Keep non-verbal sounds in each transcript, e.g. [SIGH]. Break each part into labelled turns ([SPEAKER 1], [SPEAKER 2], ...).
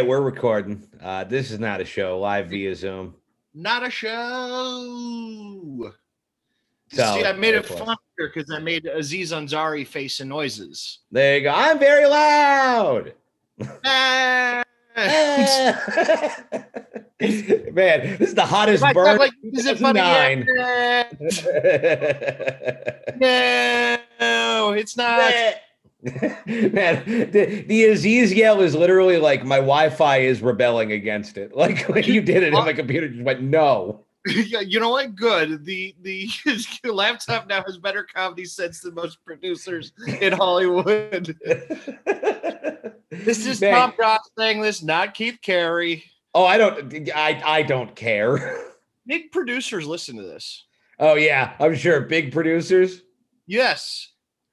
[SPEAKER 1] recording. Uh, this is not a show live via Zoom.
[SPEAKER 2] Not a show.
[SPEAKER 1] Solid.
[SPEAKER 2] See, I made it
[SPEAKER 1] Excellent.
[SPEAKER 2] funnier because I made Aziz Ansari face and noises.
[SPEAKER 1] There you go. I'm very
[SPEAKER 2] [LAUGHS]
[SPEAKER 1] loud.
[SPEAKER 2] Ah!
[SPEAKER 1] Man, this is the hottest
[SPEAKER 2] Like,
[SPEAKER 1] burn.
[SPEAKER 2] like, is it funny?
[SPEAKER 1] Nine.
[SPEAKER 2] Yeah.
[SPEAKER 1] [LAUGHS]
[SPEAKER 2] No, it's not.
[SPEAKER 1] Man, the, the Aziz yell is literally like my Wi-Fi is rebelling against it. [LAUGHS] Like when you did it, and my computer just went no. [LAUGHS]
[SPEAKER 2] [LAUGHS] Yeah, you know what? Good. The the [LAUGHS] laptop now has better comedy sense than most producers [LAUGHS] in Hollywood. This is
[SPEAKER 1] Man,
[SPEAKER 2] Tom Ross saying this, not Keith Carey.
[SPEAKER 1] Oh, I don't. I I don't care. [LAUGHS]
[SPEAKER 2] Big producers listen to this.
[SPEAKER 1] Oh yeah, I'm sure big producers.
[SPEAKER 2] Yes,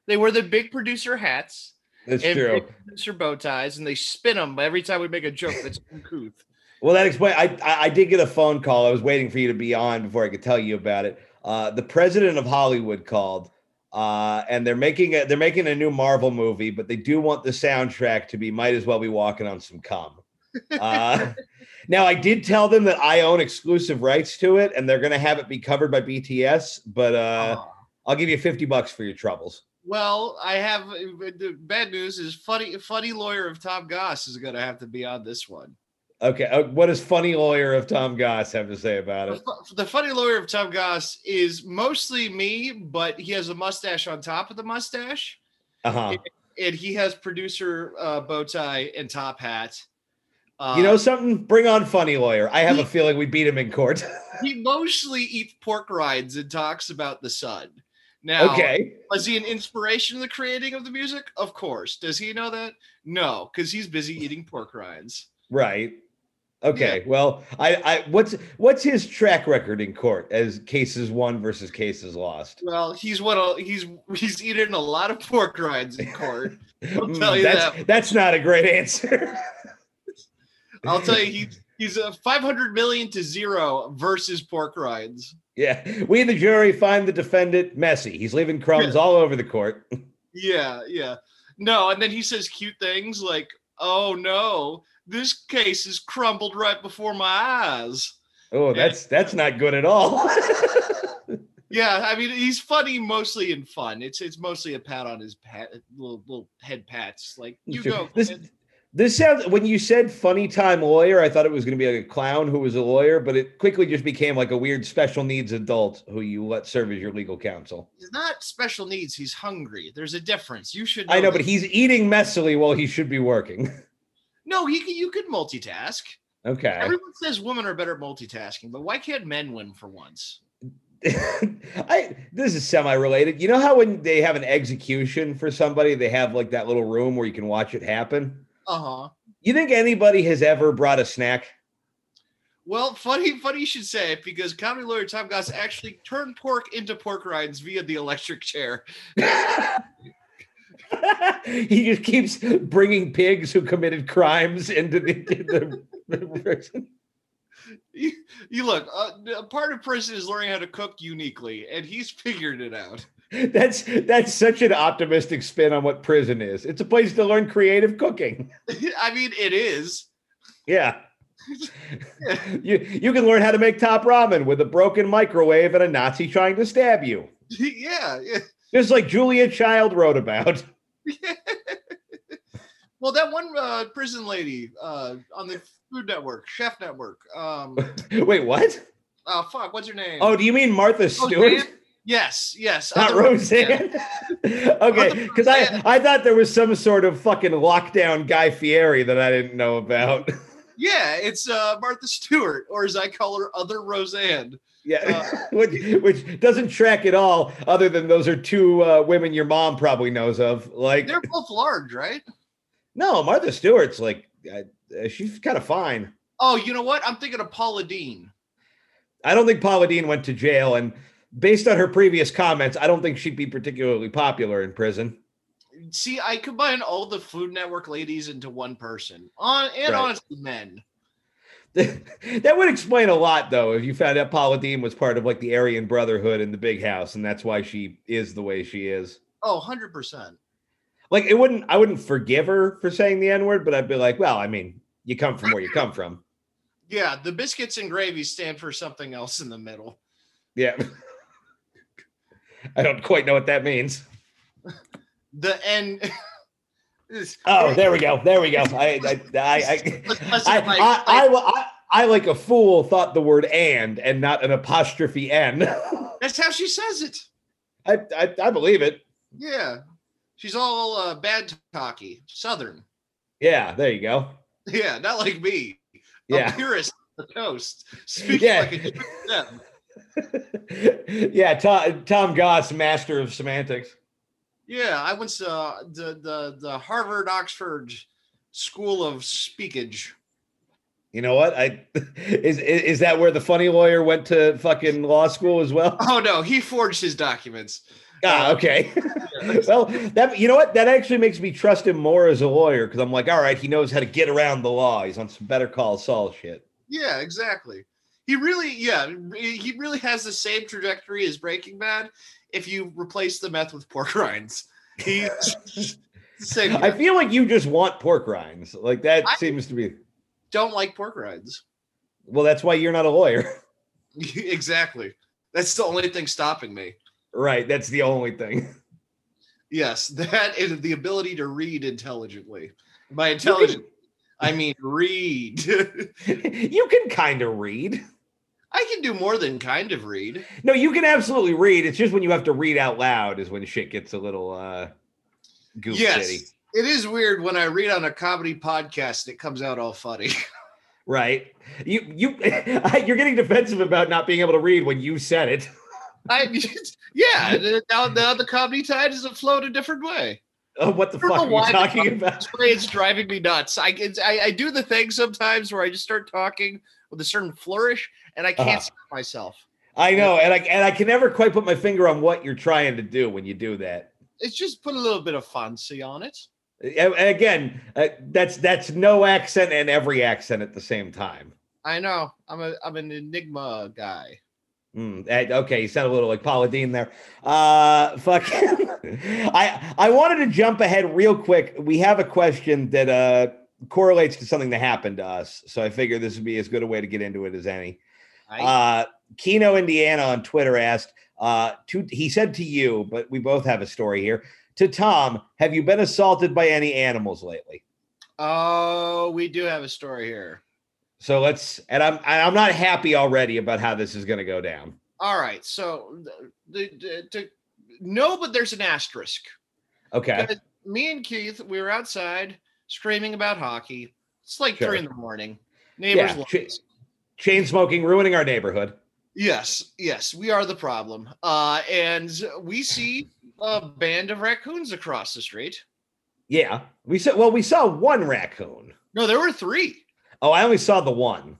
[SPEAKER 2] they wear the big producer hats
[SPEAKER 1] That's
[SPEAKER 2] and
[SPEAKER 1] true.
[SPEAKER 2] big producer bow ties, and they spin them every time we make a joke that's uncouth. [LAUGHS]
[SPEAKER 1] Well, that explains. I, I I did get a phone call. I was waiting for you to be on before I could tell you about it. Uh, the president of Hollywood called, uh, and they're making a they're making a new Marvel movie, but they do want the soundtrack to be "Might as Well Be Walking on Some Cum." Uh, now, I did tell them that I own exclusive rights to it, and they're going to have it be covered by BTS. But uh,
[SPEAKER 2] Oh.
[SPEAKER 1] I'll give you fifty bucks for your troubles.
[SPEAKER 2] well, I have uh, the bad news is funny. Funny lawyer of Tom Goss is going to have to be on this one.
[SPEAKER 1] Okay, uh, what does funny lawyer of Tom Goss have to say about
[SPEAKER 2] The,
[SPEAKER 1] it?
[SPEAKER 2] fu- the funny lawyer of Tom Goss is mostly me, but he has a mustache on top of the mustache,
[SPEAKER 1] Uh huh.
[SPEAKER 2] and he has producer uh, bow tie and top hat. Uh,
[SPEAKER 1] You know something? Bring on funny lawyer. I have a
[SPEAKER 2] he-
[SPEAKER 1] feeling we beat him in court. [LAUGHS]
[SPEAKER 2] he mostly eats pork rinds and talks about the sun. Now,
[SPEAKER 1] okay.
[SPEAKER 2] was he an inspiration in the creating of the music? Of course. Does he know that? No, because he's busy eating pork rinds.
[SPEAKER 1] Right. Okay. Well, I, I what's what's his track record in court as cases won versus cases lost?
[SPEAKER 2] Well, he's one of he's he's eaten a lot of pork rinds in court. I'll
[SPEAKER 1] Mm,
[SPEAKER 2] tell you
[SPEAKER 1] that's that's not a great answer. [LAUGHS]
[SPEAKER 2] I'll tell you, he's he's a 500 million to zero versus pork rinds.
[SPEAKER 1] yeah. We the jury find the defendant messy. He's leaving crumbs all over the court. [LAUGHS]
[SPEAKER 2] Yeah, yeah. No, and then he says cute things like, "Oh no, this case is crumbled right before my eyes."
[SPEAKER 1] Oh, that's that's not good at all. [LAUGHS]
[SPEAKER 2] Yeah, I mean he's funny mostly in fun. It's it's mostly a pat on his pat, little little head pats. Like
[SPEAKER 1] [LAUGHS]
[SPEAKER 2] you
[SPEAKER 1] Sure.
[SPEAKER 2] go.
[SPEAKER 1] This
[SPEAKER 2] man."
[SPEAKER 1] this sounds when you said funny time lawyer, I thought it was going to be like a clown who was a lawyer, but it quickly just became like a weird special needs adult who you let serve as your legal counsel.
[SPEAKER 2] He's not special needs. He's hungry. There's a difference. You should.
[SPEAKER 1] I know, but
[SPEAKER 2] this.
[SPEAKER 1] he's eating messily while he should be working. [LAUGHS]
[SPEAKER 2] no, he can. You could multitask.
[SPEAKER 1] Okay.
[SPEAKER 2] Everyone says women are better at multitasking, but why can't men win for once?
[SPEAKER 1] [LAUGHS] I this is semi-related. You know how when they have an execution for somebody, they have like that little room where you can watch it happen?
[SPEAKER 2] Uh huh.
[SPEAKER 1] You think anybody has ever brought a snack?
[SPEAKER 2] Well, funny, funny you should say it because comedy lawyer Tom Goss actually turned pork into pork rinds via the electric chair.
[SPEAKER 1] [LAUGHS] he just keeps bringing pigs who committed crimes into the, the, the prison.
[SPEAKER 2] You, you look, uh, a part of prison is learning how to cook uniquely, and he's [LAUGHS] figured it out.
[SPEAKER 1] That's that's such an optimistic spin on what prison is. It's a place to learn creative cooking.
[SPEAKER 2] I mean, it is. [LAUGHS]
[SPEAKER 1] Yeah. You you can learn how to make top ramen with a broken microwave and a Nazi trying to stab you.
[SPEAKER 2] yeah, yeah.
[SPEAKER 1] Just like Julia Child wrote about. [LAUGHS]
[SPEAKER 2] Well, that one uh, prison lady uh, on the Food Network, Chef Network. Um,
[SPEAKER 1] [LAUGHS] Wait, what?
[SPEAKER 2] uh, fuck, what's her name?
[SPEAKER 1] Oh, do you mean Martha Stewart?
[SPEAKER 2] yes, yes.
[SPEAKER 1] Not
[SPEAKER 2] other-
[SPEAKER 1] Roseanne. [LAUGHS] okay, because I, I thought there was some sort of fucking lockdown Guy Fieri that I didn't know about. [LAUGHS]
[SPEAKER 2] Yeah, it's uh, Martha Stewart, or as I call her, Other Roseanne.
[SPEAKER 1] yeah,
[SPEAKER 2] Uh,
[SPEAKER 1] [LAUGHS] which, which doesn't track at all, other than those are two uh, women your mom probably knows of. Like,
[SPEAKER 2] They're both large, right?
[SPEAKER 1] no, Martha Stewart's like, I, uh, she's kind of fine.
[SPEAKER 2] Oh, you know what? I'm thinking of Paula Dean.
[SPEAKER 1] I don't think Paula Dean went to jail, and based on her previous comments, I don't think she'd be particularly popular in prison.
[SPEAKER 2] See, I combine all the Food Network ladies into one person. On
[SPEAKER 1] Right.
[SPEAKER 2] and honestly, men.
[SPEAKER 1] [LAUGHS] that would explain a lot, though, if you found out Paula Dean was part of like the Aryan Brotherhood in the Big House, and that's why she is the way she is.
[SPEAKER 2] Oh, 100%.
[SPEAKER 1] Like, it wouldn't, I wouldn't forgive her for saying the N word, but I'd be like, well, I mean, you come from where you come from.
[SPEAKER 2] Yeah, the biscuits and gravy stand for something else in the middle.
[SPEAKER 1] Yeah. [LAUGHS] I don't quite know what that means.
[SPEAKER 2] The [LAUGHS] end.
[SPEAKER 1] Oh, there we go. There we go. I I I I, I, I, I, I, I like a fool thought the word and and not an apostrophe n. [LAUGHS]
[SPEAKER 2] That's how she says it.
[SPEAKER 1] I, I I believe it.
[SPEAKER 2] Yeah, she's all uh, bad talky, southern. [LAUGHS]
[SPEAKER 1] Yeah, there you go.
[SPEAKER 2] Yeah, not like me.
[SPEAKER 1] Yeah.
[SPEAKER 2] a purist on the coast. Speaking
[SPEAKER 1] Yeah.
[SPEAKER 2] like a Jew to them.
[SPEAKER 1] [LAUGHS] yeah, Tom, Tom Goss, master of semantics.
[SPEAKER 2] Yeah, I went to uh, the the the Harvard Oxford School of Speakage.
[SPEAKER 1] You know what? I [LAUGHS] is is is that where the funny lawyer went to fucking law school as
[SPEAKER 2] [LAUGHS]
[SPEAKER 1] well?
[SPEAKER 2] Oh no, he forged his documents.
[SPEAKER 1] Ah, okay. well, that you know what? That actually makes me trust him more as a lawyer because I'm like, all right, he knows how to get around the law. He's on some Better Call Saul shit.
[SPEAKER 2] Yeah, exactly. He really, yeah, re- he really has the same trajectory as Breaking Bad. If you replace the meth with pork [LAUGHS] rinds, he's same.
[SPEAKER 1] [LAUGHS] I feel like you just want pork rinds. Like that
[SPEAKER 2] I-
[SPEAKER 1] seems to be.
[SPEAKER 2] don't like pork rinds. [LAUGHS]
[SPEAKER 1] Well, that's why you're not a lawyer, [LAUGHS]
[SPEAKER 2] exactly. That's the only thing stopping me.
[SPEAKER 1] right? That's the only thing. [LAUGHS]
[SPEAKER 2] Yes, [LAUGHS] that is the ability to read intelligently. By intelligent, I mean read. [LAUGHS]
[SPEAKER 1] you can kind of read.
[SPEAKER 2] I can do more than kind of read.
[SPEAKER 1] No, you can absolutely read. It's just when you have to read out loud is when shit gets a little uh goof
[SPEAKER 2] yes.
[SPEAKER 1] shitty.
[SPEAKER 2] It is weird when I read on a comedy podcast and it comes out all funny. [LAUGHS]
[SPEAKER 1] Right. You you [LAUGHS] you're getting defensive about not being able to read when you said it. [LAUGHS]
[SPEAKER 2] I yeah, the- now, now the comedy tide is afloat a different way.
[SPEAKER 1] Oh, what the
[SPEAKER 2] I don't
[SPEAKER 1] fuck
[SPEAKER 2] know
[SPEAKER 1] are
[SPEAKER 2] why
[SPEAKER 1] you
[SPEAKER 2] the
[SPEAKER 1] talking
[SPEAKER 2] fuck-
[SPEAKER 1] about?
[SPEAKER 2] That's why It's driving me nuts. I, can I I do the thing sometimes where I just start talking with a certain flourish and I can't
[SPEAKER 1] Uh-huh.
[SPEAKER 2] stop myself.
[SPEAKER 1] I know, and I and I can never quite put my finger on what you're trying to do when you do that.
[SPEAKER 2] It's just put a little bit of fancy on it.
[SPEAKER 1] A- a- Again, uh, that's that's no accent and every accent at the same time.
[SPEAKER 2] I know. I'm a I'm an enigma guy.
[SPEAKER 1] Mm, eh, okay, you sound a little like Paula Dean there. Uh, fuck. [LAUGHS] I I wanted to jump ahead real quick. We have a question that uh correlates to something that happened to us, so I figure this would be as good a way to get into it as any.
[SPEAKER 2] I,
[SPEAKER 1] Uh, Keno Indiana on Twitter asked, uh, to, he said to you, but we both have a story here. To Tom, have you been assaulted by any animals lately?
[SPEAKER 2] oh, we do have a story here.
[SPEAKER 1] So let's, and I'm, and I'm not happy already about how this is going to go down.
[SPEAKER 2] All right. So the, the, the- no, but there's an asterisk.
[SPEAKER 1] Okay.
[SPEAKER 2] Because me and Keith, we were outside screaming about hockey. It's like
[SPEAKER 1] Sure.
[SPEAKER 2] three in the morning. Neighbors.
[SPEAKER 1] Yeah,
[SPEAKER 2] love
[SPEAKER 1] chi-
[SPEAKER 2] us.
[SPEAKER 1] Chain smoking, ruining our neighborhood.
[SPEAKER 2] Yes, yes, we are the problem. Uh, and we see a band of raccoons across the street.
[SPEAKER 1] Yeah. We saw, well, we saw one raccoon.
[SPEAKER 2] No, there were three.
[SPEAKER 1] Oh, I only saw the one.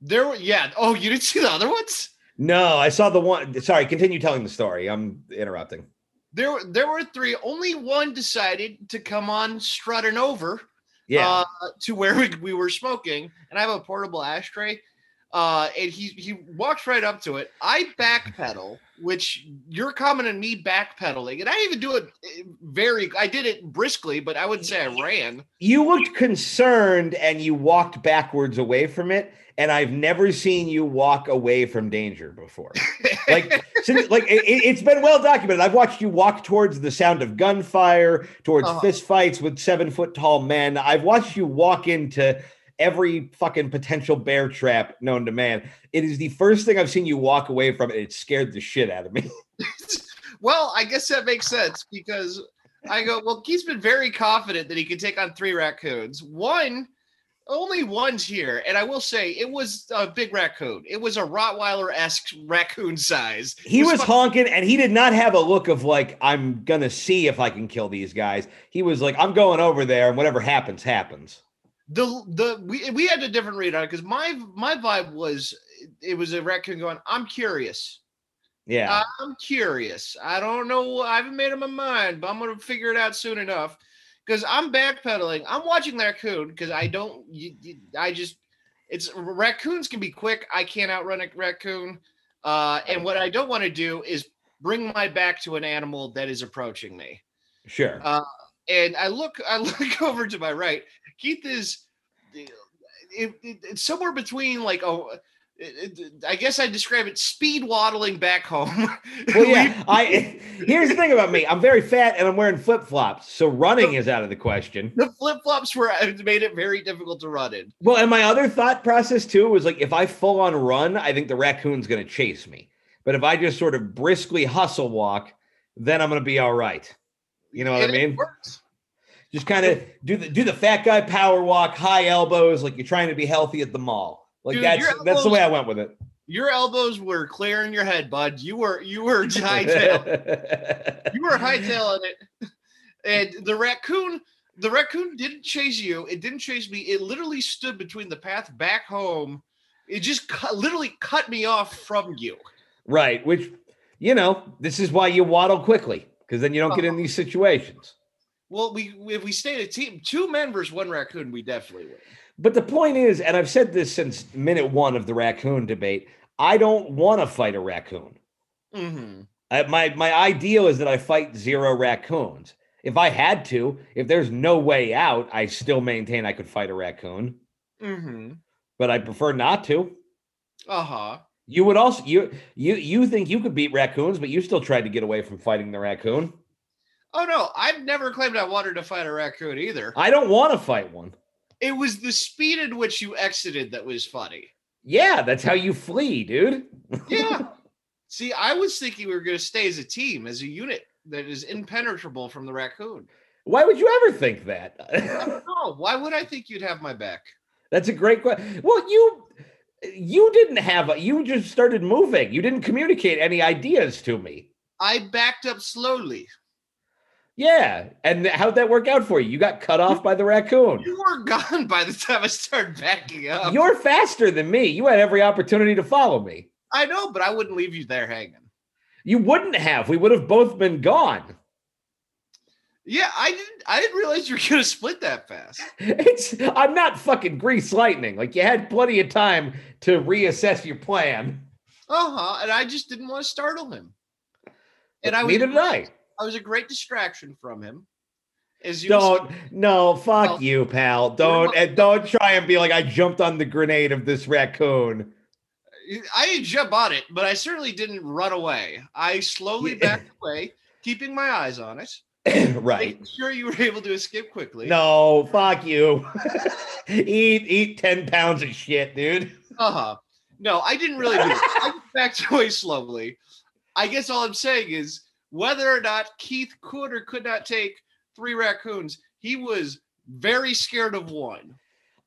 [SPEAKER 2] There were, yeah. Oh, you didn't see the other ones?
[SPEAKER 1] No, I saw the one. Sorry, continue telling the story. I'm interrupting.
[SPEAKER 2] There were there were three. Only one decided to come on strutting over
[SPEAKER 1] Yeah.
[SPEAKER 2] uh, to where we, we were smoking, and I have a portable ashtray. Uh, and he he walks right up to it. I backpedal, which you're coming and me backpedaling, and I didn't even do it eh, very. I did it briskly, but I wouldn't say I ran.
[SPEAKER 1] you looked concerned and you walked backwards away from it and i've never seen you walk away from danger before like since, like it, it- it's been well documented i've watched you walk towards the sound of gunfire towards
[SPEAKER 2] Uh-huh.
[SPEAKER 1] fistfights fist fights with seven foot tall men i've watched you walk into every fucking potential bear trap known to man it is the first thing i've seen you walk away from and it scared the shit out of me
[SPEAKER 2] well, I guess that makes sense because I go, well, he's been very confident that he could take on three raccoons. One, only one's here. And I will say it was a big raccoon. It was a Rottweiler esque raccoon size.
[SPEAKER 1] He
[SPEAKER 2] It
[SPEAKER 1] was
[SPEAKER 2] fu-
[SPEAKER 1] honking and he did not have a look of like, I'm gonna see if I can kill these guys. He was like, I'm going over there and whatever happens, happens.
[SPEAKER 2] the the we, we had a different read on it because my my vibe was it was a raccoon going, I'm curious.
[SPEAKER 1] Yeah.
[SPEAKER 2] I'm curious. I don't know. I haven't made up my mind, but I'm gonna figure it out soon enough. Because I'm backpedaling. I'm watching raccoon because I don't. You, you, I just. It's raccoons can be quick. I can't outrun a raccoon. Uh, and what I don't want to do is bring my back to an animal that is approaching me.
[SPEAKER 1] sure. [LAUGHS]
[SPEAKER 2] [LAUGHS] uh, And I look. I look over to my right. Keith is it, it, it's somewhere between like oh. it- it- I guess I describe it speed waddling back home. [LAUGHS]
[SPEAKER 1] Well, yeah. I [LAUGHS] here's the thing about me. I'm very fat and I'm wearing flip flops, so running is out of the question.
[SPEAKER 2] the flip flops were [LAUGHS] it made it very difficult to run in.
[SPEAKER 1] Well, and my other thought process too was like, if I full on run, I think the raccoon's going to chase me. But if I just sort of briskly hustle walk, then I'm going to be all right. You know what I
[SPEAKER 2] And it
[SPEAKER 1] mean?
[SPEAKER 2] works.
[SPEAKER 1] Just kind of do the do the fat guy power walk, high elbows, like you're trying to be healthy at the mall. Like
[SPEAKER 2] Dude,
[SPEAKER 1] that's
[SPEAKER 2] your
[SPEAKER 1] that's the way I
[SPEAKER 2] elbows-
[SPEAKER 1] went with it.
[SPEAKER 2] Your elbows were clearing your head, bud. You were you were [LAUGHS] hightail. you were hightailing it. And the raccoon, the raccoon didn't chase you. It didn't chase me. It literally stood between the path back home. It just cut, literally cut me off from you.
[SPEAKER 1] [LAUGHS] right, which you know, this is why you waddle quickly because then you don't get in
[SPEAKER 2] Uh-huh.
[SPEAKER 1] these situations.
[SPEAKER 2] Well, we if we stayed a team, two men versus one raccoon, we definitely win.
[SPEAKER 1] But the point is, and I've said this since minute one of the raccoon debate, I don't want to fight a raccoon.
[SPEAKER 2] Mm-hmm.
[SPEAKER 1] I, my my ideal is that I fight zero raccoons. If I had to, if there's no way out, I still maintain I could fight a raccoon,
[SPEAKER 2] Mm-hmm.
[SPEAKER 1] but I prefer not to.
[SPEAKER 2] Uh huh.
[SPEAKER 1] You would also you you you think you could beat raccoons, but you still tried to get away from fighting the raccoon.
[SPEAKER 2] Oh no, I've never claimed I wanted to fight a raccoon either.
[SPEAKER 1] I don't want to fight one.
[SPEAKER 2] It was the speed at which you exited that was funny.
[SPEAKER 1] Yeah, that's how you flee, dude. [LAUGHS]
[SPEAKER 2] Yeah. See, I was thinking we were going to stay as a team, as a unit that is impenetrable from the raccoon.
[SPEAKER 1] Why would you ever think
[SPEAKER 2] I
[SPEAKER 1] that? [LAUGHS]
[SPEAKER 2] don't know. Why would I think you'd have my back?
[SPEAKER 1] That's a great question. Well, you you didn't have a, you just started moving. You didn't communicate any ideas to me.
[SPEAKER 2] I backed up slowly.
[SPEAKER 1] Yeah, and how'd that work out for you? You got cut off by the raccoon.
[SPEAKER 2] You were [LAUGHS] gone by the time I started backing up.
[SPEAKER 1] You're faster than me. You had every opportunity to follow me.
[SPEAKER 2] I know, but I wouldn't leave you there hanging.
[SPEAKER 1] You wouldn't have. We would have both been gone.
[SPEAKER 2] Yeah, I didn't. I didn't realize you were going to split that fast.
[SPEAKER 1] It's I'm not fucking grease lightning. Like you had plenty of time to reassess your plan.
[SPEAKER 2] Uh huh. And I just didn't want to startle him. And I was,
[SPEAKER 1] neither did I.
[SPEAKER 2] I was a great distraction from him. As you
[SPEAKER 1] Don't no fuck
[SPEAKER 2] Well,
[SPEAKER 1] you, pal. Don't
[SPEAKER 2] not-
[SPEAKER 1] and don't try and be like I jumped on the grenade of this raccoon.
[SPEAKER 2] [COUGHS] I didn't jump on it, but I certainly didn't run away. I slowly
[SPEAKER 1] Yeah.
[SPEAKER 2] backed away, keeping my eyes on it,
[SPEAKER 1] right.
[SPEAKER 2] making sure you were [LAUGHS] able to escape quickly.
[SPEAKER 1] No, fuck you. [LAUGHS] eat eat 10 pounds of shit, dude.
[SPEAKER 2] Uh-huh. No, I didn't really do that. I just backed [LAUGHS] away slowly. I guess all I'm saying is whether or not Keith could or could not take three raccoons, he was very scared of one.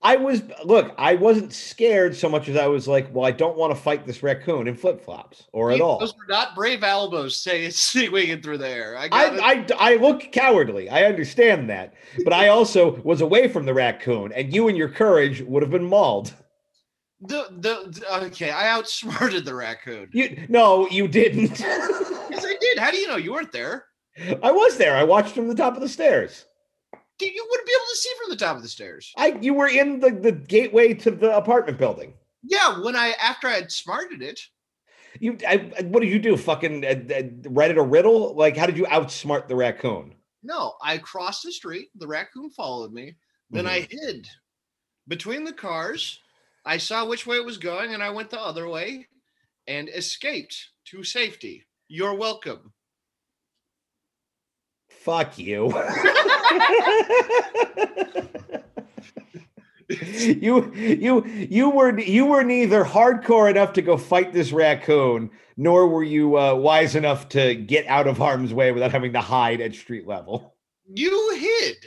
[SPEAKER 1] I was look, I wasn't scared so much as I was like, well, I don't want to fight this raccoon in flip-flops or at
[SPEAKER 2] Keith,
[SPEAKER 1] all.
[SPEAKER 2] Those were not brave [LAUGHS] elbows say singing it through there. I got it.
[SPEAKER 1] I, I I look cowardly. I understand that. But I also was away from the raccoon and you and your courage would have been mauled.
[SPEAKER 2] the, the, the- okay, I outsmarted the raccoon.
[SPEAKER 1] You no, you didn't. [LAUGHS]
[SPEAKER 2] Yes, I did. How do you know you weren't there?
[SPEAKER 1] I was there. I watched from the top of the stairs.
[SPEAKER 2] Dude, you wouldn't be able to see from the top of the stairs.
[SPEAKER 1] I you were in the, the gateway to the apartment building.
[SPEAKER 2] Yeah, when I after I had smarted it,
[SPEAKER 1] You, I, I- what did you do? Fucking uh, uh, write it a riddle? Like, how did you outsmart the raccoon?
[SPEAKER 2] no, I crossed the street. The raccoon followed me. Then I hid between the cars. I saw which way it was going, and I went the other way and escaped to safety. You're welcome.
[SPEAKER 1] Fuck you. you you you were you were neither hardcore enough to go fight this raccoon, nor were you uh, wise enough to get out of harm's way without having to hide at street level.
[SPEAKER 2] You hid.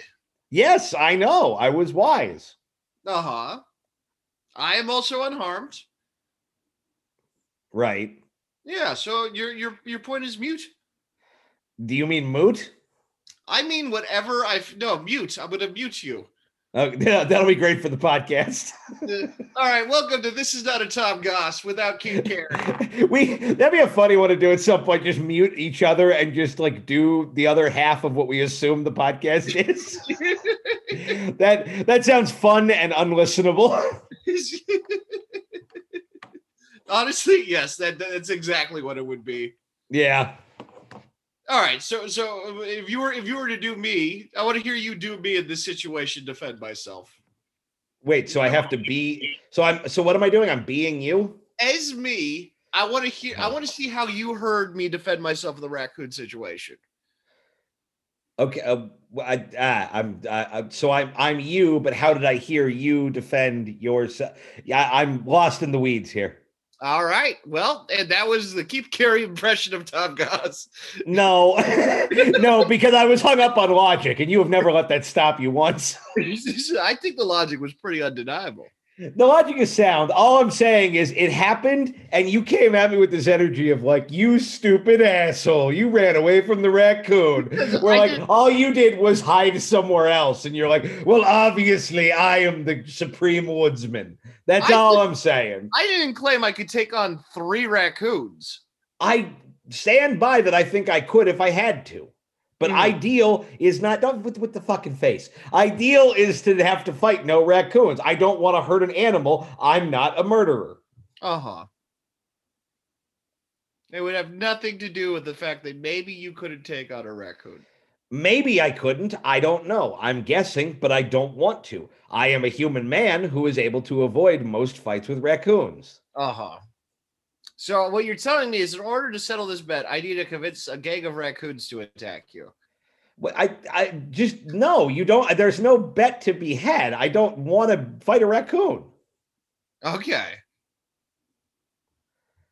[SPEAKER 1] Yes, I know. I was wise.
[SPEAKER 2] Uh huh. I am also unharmed.
[SPEAKER 1] Right.
[SPEAKER 2] Yeah. So your your your point is mute.
[SPEAKER 1] Do you mean moot?
[SPEAKER 2] I mean whatever I have no mute. I'm gonna mute you.
[SPEAKER 1] Oh, yeah, [LAUGHS] that'll be great for the podcast.
[SPEAKER 2] [LAUGHS] All right, welcome to This Is Not a Tom Goss without King Karen.
[SPEAKER 1] [LAUGHS]
[SPEAKER 2] [LAUGHS]
[SPEAKER 1] we that'd be a funny one to do at some point. Just mute each other and just like do the other half of what we assume the podcast [LAUGHS] is. that that sounds fun and unlistenable. [LAUGHS]
[SPEAKER 2] Honestly, yes, that that's exactly what it would be.
[SPEAKER 1] yeah.
[SPEAKER 2] All right, so so if you were if you were to do me, I want to hear you do me in this situation. Defend myself.
[SPEAKER 1] Wait, so I have to be so I'm so what am I doing? I'm being you?
[SPEAKER 2] As me, I want to hear. I want to see how you heard me defend myself in the raccoon situation.
[SPEAKER 1] Okay, uh, well, I, ah, I'm I, I- so I'm I'm you, but how did I hear you defend yourself? Yeah, I'm lost in the weeds here.
[SPEAKER 2] All right. Well, and that was the Keith Carey impression of Tom Goss. [LAUGHS]
[SPEAKER 1] No, [LAUGHS] no, because I was hung up on logic, and you have never let that stop you once.
[SPEAKER 2] I think the logic was pretty undeniable.
[SPEAKER 1] The logic is sound. All I'm saying is it happened, and you came at me with this energy of like, you stupid asshole, you ran away from the raccoon. We're
[SPEAKER 2] [LAUGHS] I
[SPEAKER 1] like,
[SPEAKER 2] did-
[SPEAKER 1] all you did was hide somewhere else, and you're like, well, obviously, I am the supreme woodsman. That's
[SPEAKER 2] I
[SPEAKER 1] all
[SPEAKER 2] did-
[SPEAKER 1] I'm saying.
[SPEAKER 2] I didn't claim I could take on three raccoons.
[SPEAKER 1] I stand by that. I think I could if I had to. But
[SPEAKER 2] Hmm.
[SPEAKER 1] ideal is not don't with, with the fucking face. Ideal is to have to fight no raccoons. I don't want to hurt an animal. I'm not a murderer.
[SPEAKER 2] Uh
[SPEAKER 1] Uh-huh.
[SPEAKER 2] huh. It would have nothing to do with the fact that maybe you couldn't take on a raccoon.
[SPEAKER 1] Maybe I couldn't. I don't know. I'm guessing, but I don't want to. I am a human man who is able to avoid most fights with raccoons.
[SPEAKER 2] Uh huh. So what you're telling me is, in order to settle this bet, I need to convince a gang of raccoons to attack you.
[SPEAKER 1] But I, I just no. You don't. There's no bet to be had. I don't want to fight a raccoon.
[SPEAKER 2] Okay.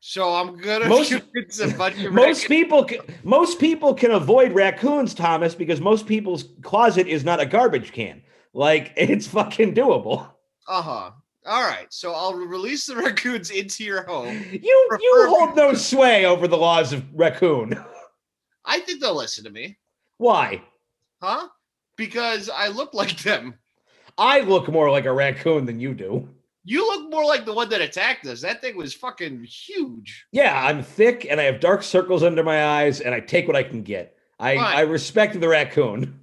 [SPEAKER 2] So I'm gonna
[SPEAKER 1] Most-
[SPEAKER 2] convince a bunch
[SPEAKER 1] [LAUGHS]
[SPEAKER 2] of
[SPEAKER 1] Most
[SPEAKER 2] raccoons-
[SPEAKER 1] people, can, most people can avoid raccoons, Thomas, because most people's closet is not a garbage can. Like [LAUGHS] it's fucking doable.
[SPEAKER 2] Uh huh. All right. So I'll release the [LAUGHS] raccoons into your home.
[SPEAKER 1] You you hold no sway over the laws of raccoon.
[SPEAKER 2] I think they'll listen to me,
[SPEAKER 1] Why?
[SPEAKER 2] huh? Because I look like them.
[SPEAKER 1] I look more like a raccoon than you do.
[SPEAKER 2] You look more like the one that attacked us. That thing was fucking huge.
[SPEAKER 1] Yeah, I'm thick and I have dark circles under my eyes, and I take what I can get. I,
[SPEAKER 2] Fine.
[SPEAKER 1] I respect the raccoon.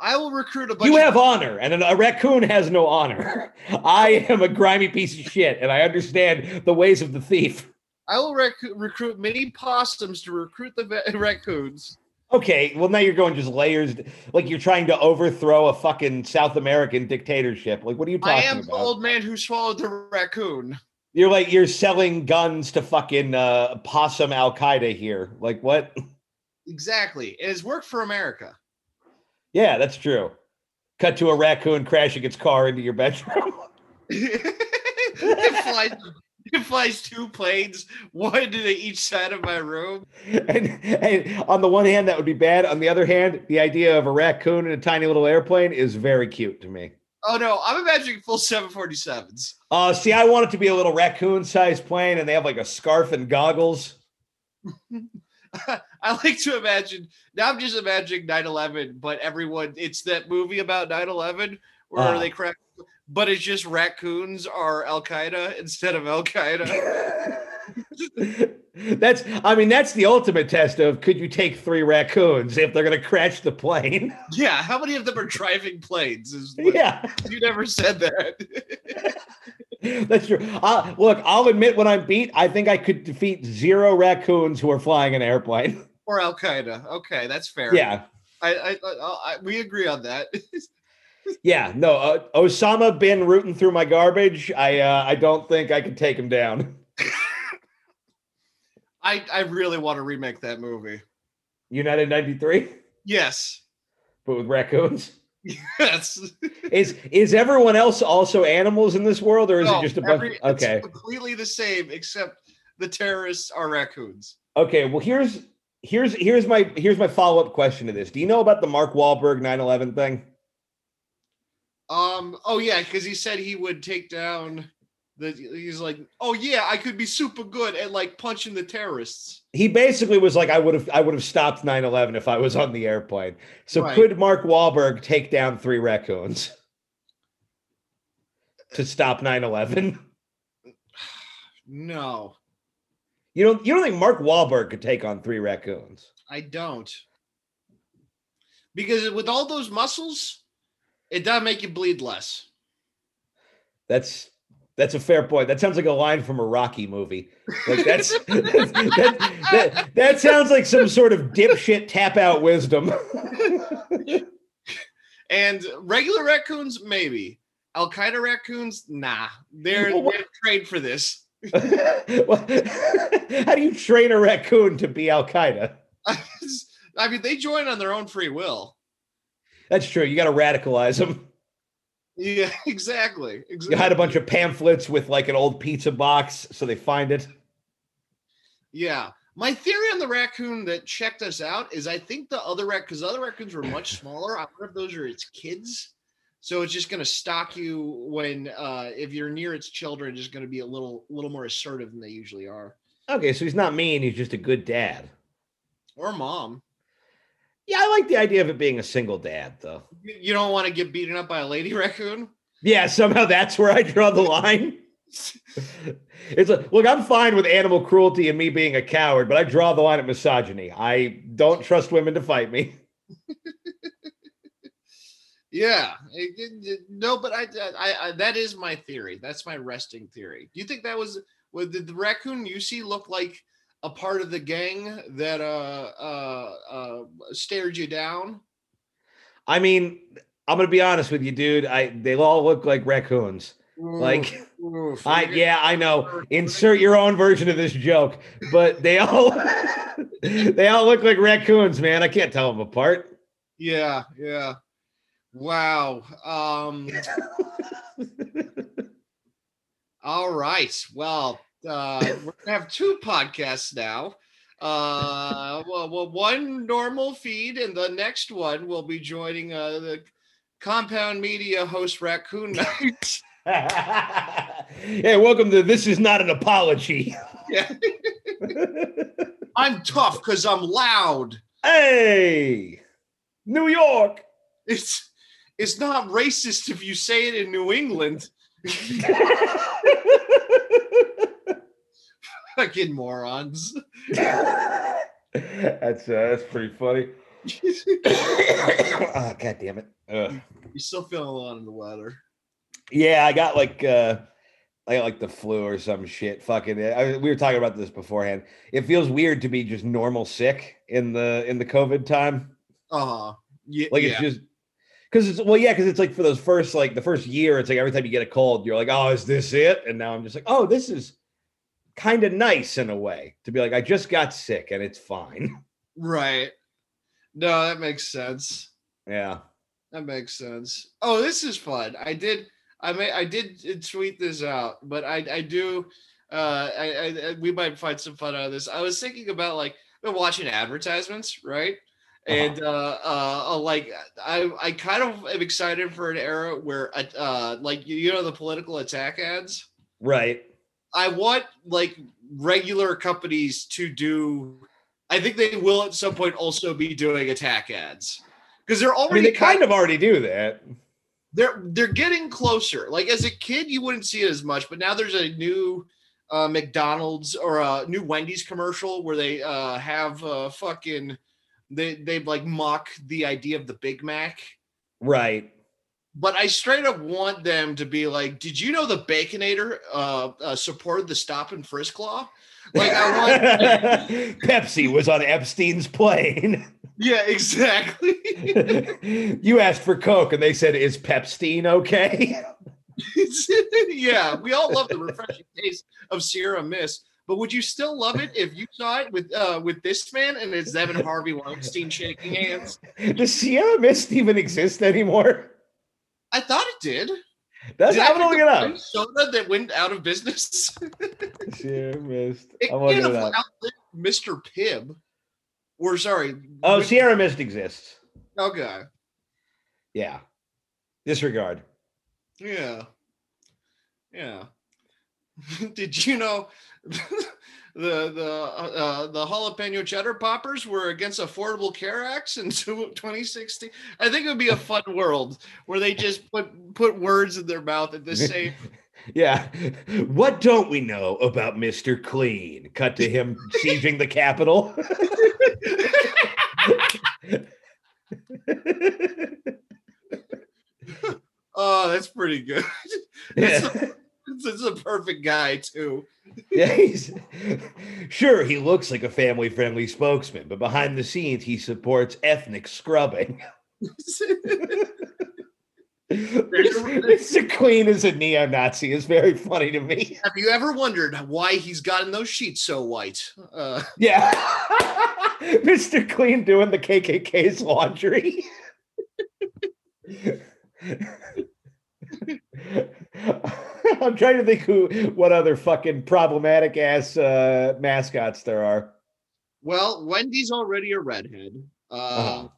[SPEAKER 2] I will recruit a bunch.
[SPEAKER 1] You
[SPEAKER 2] of-
[SPEAKER 1] have honor, and an- a raccoon has no honor. [LAUGHS] I am a grimy piece of shit, and I understand the ways of the thief.
[SPEAKER 2] I will rec- recruit many possums to recruit the va- [LAUGHS] raccoons.
[SPEAKER 1] Okay, well now you're going just layers, like you're trying to overthrow a fucking South American dictatorship. Like, what are you
[SPEAKER 2] I
[SPEAKER 1] talking
[SPEAKER 2] am the
[SPEAKER 1] about?
[SPEAKER 2] old man who swallowed the raccoon.
[SPEAKER 1] You're like you're selling guns to fucking uh, possum Al Qaeda here. Like, what? [LAUGHS]
[SPEAKER 2] Exactly. It has worked for America. [LAUGHS]
[SPEAKER 1] Yeah, that's true. Cut to a raccoon crashing its car into your bedroom.
[SPEAKER 2] it flies. It flies two planes, one to each side of my room.
[SPEAKER 1] [LAUGHS] and, and on the one hand, that would be bad. On the other hand, the idea of a raccoon in a tiny little airplane is very cute to me.
[SPEAKER 2] Oh no, I'm imagining full 747s.
[SPEAKER 1] Uh, see, I want it to be a little raccoon-sized plane, and they have like a scarf and goggles. [LAUGHS]
[SPEAKER 2] [LAUGHS] I like to imagine now I'm just imagining 9-11, but everyone it's that movie about 9-11 where
[SPEAKER 1] Ah.
[SPEAKER 2] they crack but it's just raccoons are Al Qaeda instead of Al Qaeda.
[SPEAKER 1] that's, I mean, that's the ultimate test of could you take three raccoons if they're going to crash the plane? [LAUGHS]
[SPEAKER 2] yeah, how many of them are driving planes? Is what-
[SPEAKER 1] yeah,
[SPEAKER 2] You never said that. [LAUGHS]
[SPEAKER 1] that's true. Uh, look, I'll admit when I'm beat, I think I could defeat zero raccoons who are flying an airplane. [LAUGHS]
[SPEAKER 2] or Al Qaeda. Okay, that's fair.
[SPEAKER 1] Yeah.
[SPEAKER 2] I, I, I, I we agree on that. [LAUGHS]
[SPEAKER 1] Yeah, no, uh, Osama bin rooting through my garbage. I uh, I don't think I can take him down. [LAUGHS]
[SPEAKER 2] I, I really want to remake that movie.
[SPEAKER 1] United ninety three,
[SPEAKER 2] Yes. [LAUGHS]
[SPEAKER 1] but with raccoons.
[SPEAKER 2] Yes.
[SPEAKER 1] Is is everyone else also animals in this world, or is
[SPEAKER 2] No,
[SPEAKER 1] it just a bunch?
[SPEAKER 2] Oh, every-
[SPEAKER 1] okay,
[SPEAKER 2] It's completely the same except the terrorists are raccoons.
[SPEAKER 1] okay. Well, here's here's here's my here's my follow up question to this. Do you know about the Mark Wahlberg 9-11 thing?
[SPEAKER 2] Um. Oh yeah, because he said he would take down the. He's like, oh yeah, I could be super good at like punching the terrorists.
[SPEAKER 1] He basically was like, I would have I would have stopped 9-11 if I was on the airplane. So
[SPEAKER 2] Right.
[SPEAKER 1] could Mark Wahlberg take down three raccoons to stop 9-11?
[SPEAKER 2] No,
[SPEAKER 1] You don't you don't think Mark Wahlberg could take on three raccoons?
[SPEAKER 2] I don't. Because with all those muscles, it does make you bleed less.
[SPEAKER 1] That's that's a fair point. That sounds like a line from a Rocky movie. Like that's [LAUGHS] that, that, that sounds like some sort of dipshit tap out wisdom. [LAUGHS]
[SPEAKER 2] And regular raccoons, maybe. Al Qaeda raccoons, nah, they're,
[SPEAKER 1] Well, what-
[SPEAKER 2] they're trained for this. [LAUGHS]
[SPEAKER 1] Well, How do you train a raccoon to be Al Qaeda?
[SPEAKER 2] I mean, they join on their own free will.
[SPEAKER 1] That's true. You got to radicalize them.
[SPEAKER 2] Yeah, [LAUGHS] exactly.
[SPEAKER 1] You hide
[SPEAKER 2] Exactly.
[SPEAKER 1] a bunch of pamphlets with like an old pizza box so they find it.
[SPEAKER 2] Yeah. My theory on the raccoon that checked us out is I think the other rac because other raccoons were much smaller. I wonder if those are its kids. So it's just gonna stalk you when uh if you're near its children, it's just gonna be a little little more assertive than they usually are.
[SPEAKER 1] Okay, so he's not mean. He's just a good dad.
[SPEAKER 2] Or mom.
[SPEAKER 1] Yeah, I like the idea of it being a single dad, though.
[SPEAKER 2] You you don't want to get beaten up by a lady [LAUGHS] raccoon.
[SPEAKER 1] Yeah, somehow that's where I draw the line. It's like, look, I'm fine with animal cruelty and me being a coward, but I draw the line at misogyny. I don't trust women to fight me.
[SPEAKER 2] Yeah. It- it- it- no, but I, I I that is my theory. That's my resting theory. Do you think that was well, did the raccoon you see look like a part of the gang that uh uh uh stared you down?
[SPEAKER 1] I mean, I'm gonna be honest with you, dude. I they all look like raccoons. Like,
[SPEAKER 2] Oof.
[SPEAKER 1] I yeah, I know. Insert your own version of this joke, but they all [LAUGHS] they all look like raccoons, man. I can't tell them apart. [LAUGHS]
[SPEAKER 2] Yeah, yeah. Wow. Um All right. Well, uh, we're gonna have two podcasts now. Uh, well, well, one normal feed, and the next one will be joining uh, the Compound Media host Raccoon Night.
[SPEAKER 1] hey, welcome to this is not an apology.
[SPEAKER 2] Yeah. I'm tough because I'm loud.
[SPEAKER 1] hey, New York.
[SPEAKER 2] It's it's not racist if you say it in New England. [LAUGHS]
[SPEAKER 1] [LAUGHS]
[SPEAKER 2] Fucking morons.
[SPEAKER 1] that's uh, that's pretty funny.
[SPEAKER 2] you
[SPEAKER 1] oh, God damn it. Ugh.
[SPEAKER 2] still feeling a lot in the weather.
[SPEAKER 1] Yeah, I got like uh I got like the flu or some shit. Fucking, I, we were talking about this beforehand. It feels weird to be just normal sick in the in the COVID time.
[SPEAKER 2] Uh huh. Yeah.
[SPEAKER 1] Like
[SPEAKER 2] yeah.
[SPEAKER 1] it's just because it's well, yeah, because it's like for those first like the first year, it's like every time you get a cold, you're like, oh, is this it? And now I'm just like, oh, this is kind of nice in a way to be like, I just got sick and it's fine.
[SPEAKER 2] right. No, that makes sense.
[SPEAKER 1] Yeah.
[SPEAKER 2] That makes sense. Oh, this is fun. I did. I may. I did uh, tweet this out, but I. I do. Uh, I, I, I. We might find some fun out of this. I was thinking about like I've been watching advertisements, right? And uh, uh, uh, like I, I kind of am excited for an era where, uh, uh, like you know, the political attack ads.
[SPEAKER 1] Right.
[SPEAKER 2] I want like regular companies to do. I think they will at some point also be doing attack ads because they're
[SPEAKER 1] I
[SPEAKER 2] already
[SPEAKER 1] mean, they
[SPEAKER 2] kind
[SPEAKER 1] kind of already do that.
[SPEAKER 2] they're they're getting closer. Like as a kid, you wouldn't see it as much, but now there's a new uh, McDonald's or a new Wendy's commercial where they uh, have uh, fucking they they like mock the idea of the Big Mac.
[SPEAKER 1] Right.
[SPEAKER 2] But I straight up want them to be like, "Did you know the Baconator uh, uh, supported the stop and frisk law?" Like
[SPEAKER 1] [LAUGHS]
[SPEAKER 2] I want,
[SPEAKER 1] Pepsi was on Epstein's plane. [LAUGHS]
[SPEAKER 2] yeah, exactly. [LAUGHS]
[SPEAKER 1] you asked for Coke and they said, Is Pepstein okay? [LAUGHS]
[SPEAKER 2] yeah, we all love the refreshing taste of Sierra Mist, but would you still love it if you saw it with uh, with this man and it's Devin Harvey Weinstein shaking hands?
[SPEAKER 1] Does Sierra Mist even exist anymore?
[SPEAKER 2] I thought it did.
[SPEAKER 1] That's
[SPEAKER 2] Did I
[SPEAKER 1] I'm gonna
[SPEAKER 2] drink
[SPEAKER 1] look it
[SPEAKER 2] the
[SPEAKER 1] up.
[SPEAKER 2] one Soda that went out of business.
[SPEAKER 1] Sierra Mist.
[SPEAKER 2] [LAUGHS] It
[SPEAKER 1] I'm
[SPEAKER 2] can't
[SPEAKER 1] looking
[SPEAKER 2] have
[SPEAKER 1] it up.
[SPEAKER 2] outlived Mr. Pibb. Or sorry.
[SPEAKER 1] Oh,
[SPEAKER 2] Mr.
[SPEAKER 1] Sierra Mist exists.
[SPEAKER 2] Okay.
[SPEAKER 1] Yeah. Disregard.
[SPEAKER 2] Yeah. Yeah. [LAUGHS] Did you know [LAUGHS] the the uh, the jalapeno cheddar poppers were against Affordable Care Acts in [LAUGHS] 2016? I think it would be a fun world where they just put put words in their mouth at the same.
[SPEAKER 1] Yeah. What don't we know about Mr. Clean? Cut to him sieging the Capitol. [LAUGHS]
[SPEAKER 2] Oh, that's pretty good. [LAUGHS] That's the- This is a perfect guy too. [LAUGHS]
[SPEAKER 1] Yeah, he's sure he looks like a family friendly spokesman, but behind the scenes, he supports ethnic scrubbing. [LAUGHS] Mr. Queen is a neo-Nazi. It's very funny to me.
[SPEAKER 2] Have you ever wondered why he's gotten those sheets so white? Uh,
[SPEAKER 1] Yeah. [LAUGHS] Mr. Clean doing the KKK's laundry. [LAUGHS] I'm trying to think who, what other fucking problematic ass uh, mascots there are.
[SPEAKER 2] well, Wendy's already a redhead. Uh,
[SPEAKER 1] Uh-huh.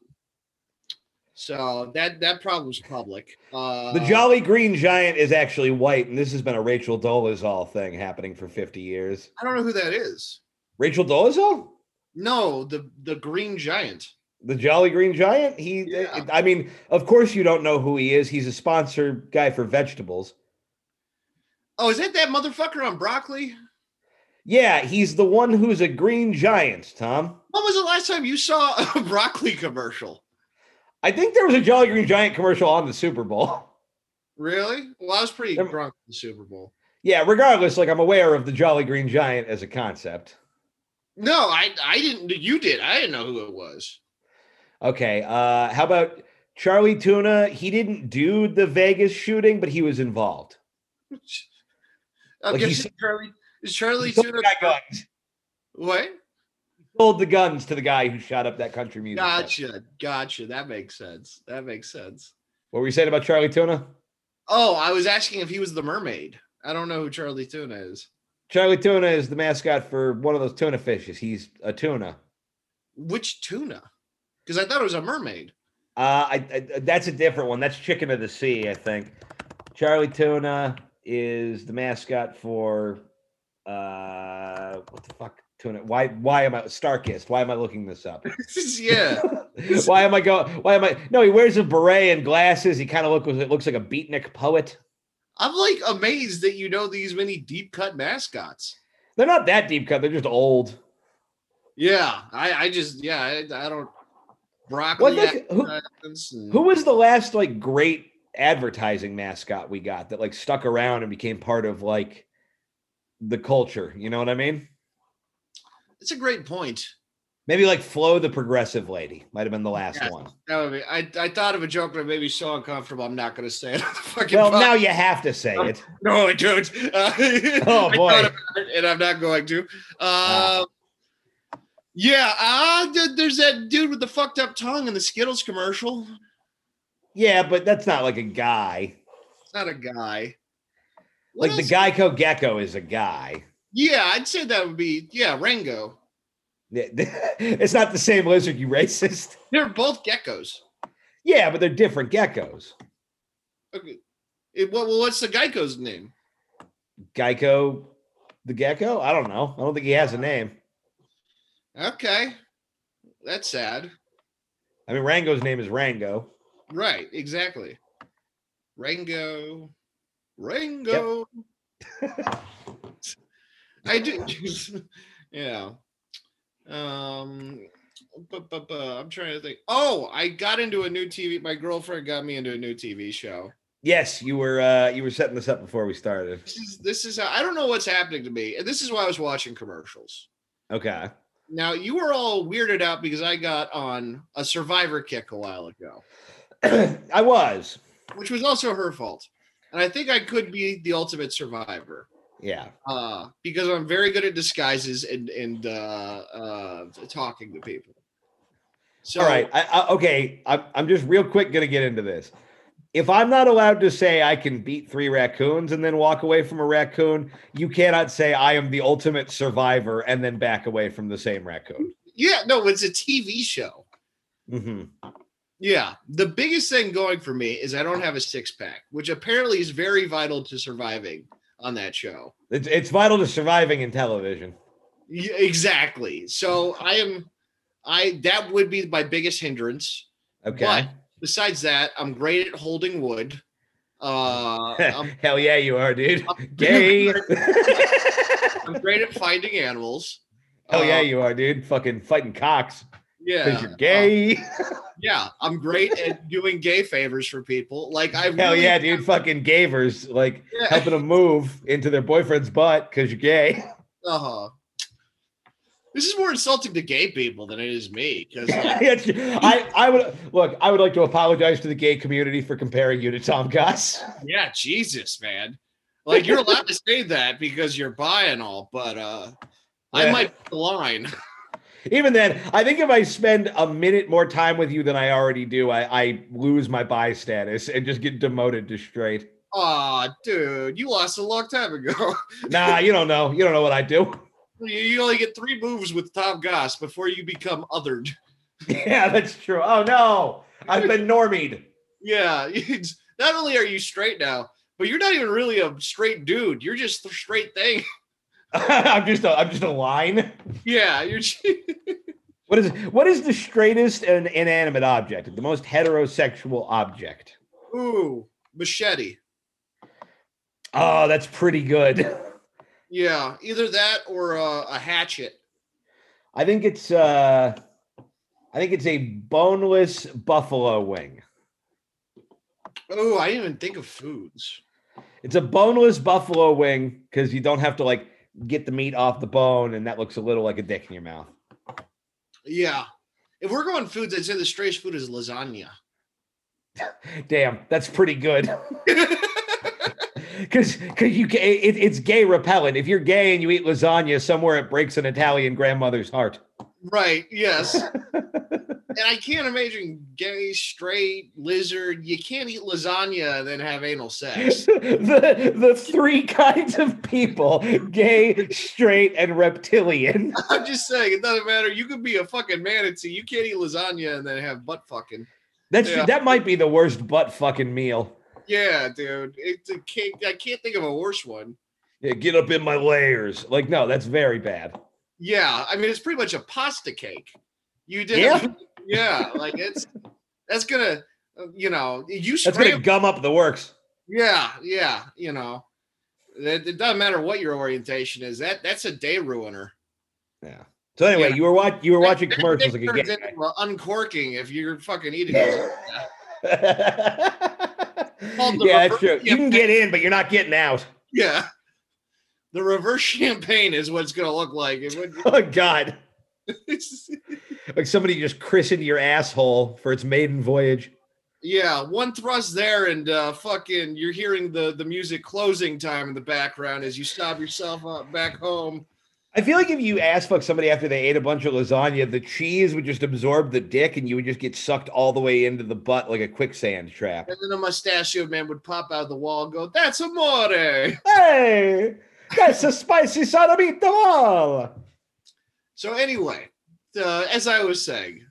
[SPEAKER 2] So that that problem's public. Uh,
[SPEAKER 1] The Jolly Green Giant is actually white, and this has been a Rachel Dolezal thing happening for 50 years.
[SPEAKER 2] I don't know who that is.
[SPEAKER 1] Rachel Dolezal?
[SPEAKER 2] No, the the Green Giant.
[SPEAKER 1] The Jolly Green Giant? He,
[SPEAKER 2] Yeah.
[SPEAKER 1] I mean, of course you don't know who he is. He's a sponsor guy for vegetables.
[SPEAKER 2] Oh, is that that motherfucker on broccoli?
[SPEAKER 1] Yeah, he's the one who's a green giant, Tom.
[SPEAKER 2] When was the last time you saw a [LAUGHS] broccoli commercial?
[SPEAKER 1] I think there was a Jolly Green Giant commercial on the Super Bowl. [LAUGHS]
[SPEAKER 2] Really? Well, I was pretty
[SPEAKER 1] Em-
[SPEAKER 2] drunk at the Super Bowl.
[SPEAKER 1] Yeah, regardless, like I'm aware of the Jolly Green Giant as a concept.
[SPEAKER 2] No, I I didn't. You did. I didn't know who it was. [LAUGHS]
[SPEAKER 1] Okay, uh, how about Charlie Tuna? He didn't do the Vegas shooting, but he was involved.
[SPEAKER 2] I'm
[SPEAKER 1] Like, he
[SPEAKER 2] guessing Charlie is Charlie
[SPEAKER 1] He sold,
[SPEAKER 2] Tuna.
[SPEAKER 1] the guy guns.
[SPEAKER 2] What?
[SPEAKER 1] sold the guns to the guy who shot up that country music. festival.
[SPEAKER 2] Gotcha, gotcha. That makes sense. That makes sense.
[SPEAKER 1] What were you saying about Charlie Tuna?
[SPEAKER 2] Oh, I was asking if he was the mermaid. I don't know who Charlie Tuna is.
[SPEAKER 1] Charlie Tuna is the mascot for one of those tuna fishes. He's a tuna.
[SPEAKER 2] Which tuna? Because I thought it was a mermaid. [LAUGHS]
[SPEAKER 1] Uh, I, I that's a different one. That's Chicken of the Sea, I think. Charlie Tuna is the mascot for uh, what the fuck tuna? Why why am I Starkist? Why am I looking this up?
[SPEAKER 2] yeah.
[SPEAKER 1] why am I going? Why am I? No, he wears a beret and glasses. He kind of look looks like a beatnik poet.
[SPEAKER 2] I'm like amazed that you know these many deep cut mascots.
[SPEAKER 1] They're not that deep cut. They're just old.
[SPEAKER 2] Yeah, I, I just yeah, I, I don't broccoli.
[SPEAKER 1] What the, who,
[SPEAKER 2] accents and-
[SPEAKER 1] who was the last like great advertising mascot we got that like stuck around and became part of like the culture? You know what I mean?
[SPEAKER 2] It's a great point.
[SPEAKER 1] Maybe like Flo the Progressive Lady might have been the last
[SPEAKER 2] Yeah.
[SPEAKER 1] one.
[SPEAKER 2] That would be, I, I thought of a joke that made me so uncomfortable. I'm not going to say it. on the fucking
[SPEAKER 1] Well,
[SPEAKER 2] pod-
[SPEAKER 1] now you have to say it.
[SPEAKER 2] [LAUGHS] No, I don't. [LAUGHS] Uh,
[SPEAKER 1] Oh,
[SPEAKER 2] I
[SPEAKER 1] boy.
[SPEAKER 2] thought about it, and I'm not going to. Uh, yeah, uh, th- there's that dude with the fucked up tongue in the Skittles commercial.
[SPEAKER 1] Yeah, but that's not like a guy.
[SPEAKER 2] It's not a guy. What
[SPEAKER 1] Like the
[SPEAKER 2] else-
[SPEAKER 1] Geico Gecko is a guy. [LAUGHS]
[SPEAKER 2] Yeah, I'd say that would be yeah, Rango.
[SPEAKER 1] Yeah, It's not the same lizard, you racist.
[SPEAKER 2] They're both geckos.
[SPEAKER 1] Yeah, but they're different geckos.
[SPEAKER 2] Okay. It, well, well, what's the Geico's name?
[SPEAKER 1] Geico the gecko? I don't know. I don't think he has a name.
[SPEAKER 2] Okay, that's sad.
[SPEAKER 1] I mean, Rango's name is Rango.
[SPEAKER 2] Right, exactly. Rango, Rango. I do. [LAUGHS] yeah. Um, but, but, but I'm trying to think. Oh, I got into a new TV. My girlfriend got me into a new TV show.
[SPEAKER 1] Yes, you were uh you were setting this up before we started.
[SPEAKER 2] This is this is. I don't know what's happening to me, and this is why I was watching commercials.
[SPEAKER 1] Okay. [CLEARS THROAT]
[SPEAKER 2] Now you were all weirded out because I got on a Survivor kick a while ago.
[SPEAKER 1] I was.
[SPEAKER 2] which was also her fault. And I think I could be the ultimate survivor
[SPEAKER 1] Yeah.
[SPEAKER 2] uh, because I'm very good at disguises and and uh, uh, talking to people. So,
[SPEAKER 1] All right. I, I, okay. I'm, I'm just real quick going to get into this. If I'm not allowed to say I can beat three raccoons and then walk away from a raccoon, you cannot say I am the ultimate survivor and then back away from the same raccoon.
[SPEAKER 2] yeah, no, it's a TV show.
[SPEAKER 1] hmm
[SPEAKER 2] Yeah, the biggest thing going for me is I don't have a six pack, which apparently is very vital to surviving on that show.
[SPEAKER 1] It's, it's vital to surviving in television.
[SPEAKER 2] Yeah, exactly. So I am, I that would be my biggest hindrance.
[SPEAKER 1] Okay.
[SPEAKER 2] besides that, I'm great at holding wood.
[SPEAKER 1] [LAUGHS]
[SPEAKER 2] Uh, I'm, [LAUGHS]
[SPEAKER 1] Hell yeah, you are, dude.
[SPEAKER 2] I'm-
[SPEAKER 1] Gay.
[SPEAKER 2] I'm great at
[SPEAKER 1] [LAUGHS]
[SPEAKER 2] finding animals.
[SPEAKER 1] Hell Oh, yeah,
[SPEAKER 2] Uh,
[SPEAKER 1] you are, dude. Fucking fighting cocks because
[SPEAKER 2] yeah, um,
[SPEAKER 1] you're gay.
[SPEAKER 2] [LAUGHS]
[SPEAKER 1] [LAUGHS]
[SPEAKER 2] yeah. I'm great at doing gay favors for people. Like I
[SPEAKER 1] Hell
[SPEAKER 2] really-
[SPEAKER 1] yeah, dude. Fucking gavers, like
[SPEAKER 2] Yeah.
[SPEAKER 1] helping them move into their boyfriend's butt because you're gay.
[SPEAKER 2] Uh-huh. This is more insulting to gay people than it is me. Because
[SPEAKER 1] [LAUGHS] I, I would look. I would like to apologize to the gay community for comparing you to Tom Goss.
[SPEAKER 2] yeah, Jesus, man. Like you're allowed to say that because you're bi and all, but uh I
[SPEAKER 1] Yeah.
[SPEAKER 2] might be the line.
[SPEAKER 1] Even then, I think if I spend a minute more time with you than I already do, I, I lose my bi status and just get demoted to straight.
[SPEAKER 2] Aw, dude, you lost a long time ago. [LAUGHS]
[SPEAKER 1] Nah, you don't know. You don't know what I do. [LAUGHS]
[SPEAKER 2] You- You only get three moves with Tom Goss before you become othered.
[SPEAKER 1] Yeah, that's true. Oh no, I've been normied. [LAUGHS]
[SPEAKER 2] Yeah, [LAUGHS] it's- not only are you straight now, but you're not even really a straight dude. You're just the straight thing.
[SPEAKER 1] I'm just a, I'm just a line.
[SPEAKER 2] Yeah, you're. [LAUGHS] j-
[SPEAKER 1] What is what is the straightest and inanimate object? The most heterosexual object.
[SPEAKER 2] Ooh, machete.
[SPEAKER 1] Oh, that's pretty good.
[SPEAKER 2] Yeah, either that or a, a hatchet.
[SPEAKER 1] I think it's uh I think it's a boneless buffalo wing.
[SPEAKER 2] Oh, I didn't even think of foods.
[SPEAKER 1] It's a boneless buffalo wing because you don't have to like get the meat off the bone, and that looks a little like a dick in your mouth.
[SPEAKER 2] Yeah. If we're going foods, I'd say the straight food is lasagna. [LAUGHS]
[SPEAKER 1] Damn, that's pretty good. [LAUGHS] Because because you ca- it, it's gay repellent. If you're gay and you eat lasagna, somewhere it breaks an Italian grandmother's heart. [LAUGHS]
[SPEAKER 2] right. Yes. and I can't imagine gay, straight, lizard. You can't eat lasagna and then have
[SPEAKER 1] [LAUGHS]
[SPEAKER 2] anal sex.
[SPEAKER 1] the the three kinds of people: gay, straight, and reptilian. [LAUGHS]
[SPEAKER 2] I'm just saying, it doesn't matter. You could be a fucking manatee. You can't eat lasagna and then have butt fucking.
[SPEAKER 1] That's
[SPEAKER 2] Yeah.
[SPEAKER 1] that might be the worst butt fucking meal.
[SPEAKER 2] Yeah, dude. It's a can't, I can't think of a worse one.
[SPEAKER 1] Yeah, get up in my layers. Like, no, that's very bad.
[SPEAKER 2] Yeah, I mean it's pretty much a pasta cake. You did,
[SPEAKER 1] Yeah.
[SPEAKER 2] yeah. Like it's that's gonna, uh, you know, you
[SPEAKER 1] That's gonna
[SPEAKER 2] scramble.
[SPEAKER 1] gum up the works.
[SPEAKER 2] Yeah, yeah. You know, it, it doesn't matter what your orientation is. That that's a day ruiner.
[SPEAKER 1] Yeah. So anyway,
[SPEAKER 2] Yeah.
[SPEAKER 1] you were watching you were
[SPEAKER 2] That-
[SPEAKER 1] watching
[SPEAKER 2] that
[SPEAKER 1] commercials
[SPEAKER 2] thing
[SPEAKER 1] like a
[SPEAKER 2] turns
[SPEAKER 1] gay.
[SPEAKER 2] into a uncorking if you're fucking eating.
[SPEAKER 1] yeah, [LAUGHS]
[SPEAKER 2] it. Called the
[SPEAKER 1] that's true.
[SPEAKER 2] reverse
[SPEAKER 1] You can get in, but you're not getting out. [LAUGHS]
[SPEAKER 2] Yeah. The reverse [LAUGHS] champagne is what it's gonna look like. It would,
[SPEAKER 1] Oh God!
[SPEAKER 2] it's-
[SPEAKER 1] Like somebody just christened your asshole for its maiden voyage.
[SPEAKER 2] yeah, one thrust there, and uh, fucking, you're hearing the the music closing time in the background as you stop yourself up back home.
[SPEAKER 1] I feel like if you ass fuck somebody after they ate a bunch of lasagna, the cheese would just absorb the dick, and you would just get sucked all the way into the butt like a quicksand trap.
[SPEAKER 2] And then a mustachio man would pop out of the wall and go, "That's amore."
[SPEAKER 1] Hey, that's a spicy sodomita wall.
[SPEAKER 2] So anyway, uh, as I was saying,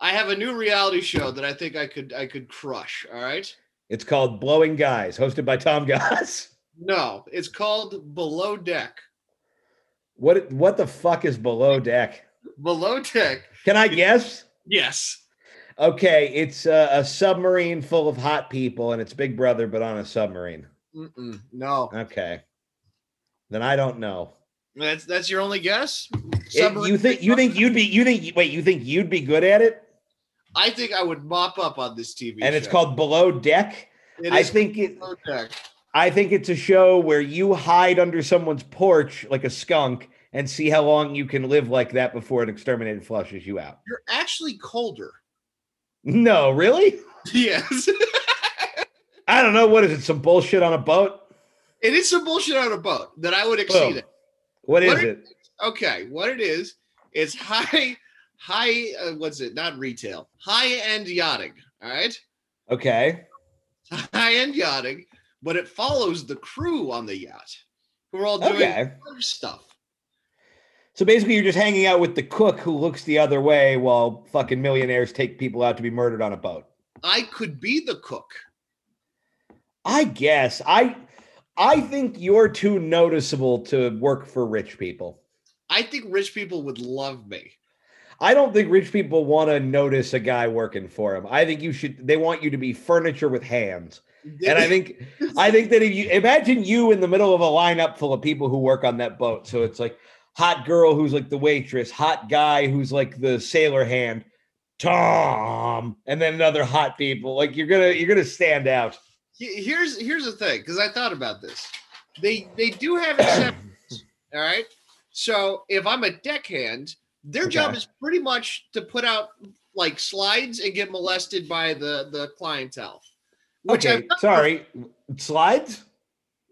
[SPEAKER 2] I have a new reality show that I think I could I could crush. All right.
[SPEAKER 1] It's called Blowing Guys, hosted by Tom Goss.
[SPEAKER 2] No, it's called Below Deck.
[SPEAKER 1] What what the fuck is below deck?
[SPEAKER 2] Below Deck.
[SPEAKER 1] Can I guess?
[SPEAKER 2] Yes.
[SPEAKER 1] Okay, it's a, a submarine full of hot people, and it's Big Brother, but on a submarine.
[SPEAKER 2] Mm-mm, no,
[SPEAKER 1] Okay, then I don't know.
[SPEAKER 2] that's that's your only guess.
[SPEAKER 1] It- you think you think you'd be you think wait you think you'd be good at it?
[SPEAKER 2] I think I would mop up on this TV.
[SPEAKER 1] And it's
[SPEAKER 2] show.
[SPEAKER 1] called Below Deck.
[SPEAKER 2] It
[SPEAKER 1] I
[SPEAKER 2] is
[SPEAKER 1] think it.
[SPEAKER 2] Below Deck.
[SPEAKER 1] I think it's a show where you hide under someone's porch like a skunk and see how long you can live like that before an exterminator flushes you out. [LAUGHS]
[SPEAKER 2] You're actually colder. [LAUGHS]
[SPEAKER 1] No, really?
[SPEAKER 2] Yes.
[SPEAKER 1] I don't know. What is it? Some bullshit on a boat?
[SPEAKER 2] it is some bullshit on a boat that I would exceed
[SPEAKER 1] Boom.
[SPEAKER 2] it.
[SPEAKER 1] What is
[SPEAKER 2] What are-
[SPEAKER 1] it?
[SPEAKER 2] okay what it is it's high high uh, what's it not retail high end yachting all right
[SPEAKER 1] Okay.
[SPEAKER 2] high end yachting but it follows the crew on the yacht who are all doing
[SPEAKER 1] Okay.
[SPEAKER 2] other stuff
[SPEAKER 1] So basically, you're just hanging out with the cook who looks the other way while fucking millionaires take people out to be murdered on a boat.
[SPEAKER 2] i could be the cook
[SPEAKER 1] I guess I, I think you're too noticeable to work for rich people.
[SPEAKER 2] i think rich people would love me
[SPEAKER 1] I don't think rich people want to notice a guy working for him. I think you should. They want you to be furniture with hands. And I think, I think that if you imagine you in the middle of a lineup full of people who work on that boat, so it's like hot girl who's like the waitress, hot guy who's like the sailor hand, Tom, and then another hot people. Like you're gonna, you're gonna stand out.
[SPEAKER 2] He- here's here's the thing because i thought about this they they do have exceptions all right So if I'm a deckhand, their
[SPEAKER 1] Okay.
[SPEAKER 2] job is pretty much to put out like slides and get molested by the the clientele. Which
[SPEAKER 1] okay,
[SPEAKER 2] I've done
[SPEAKER 1] sorry. Slides?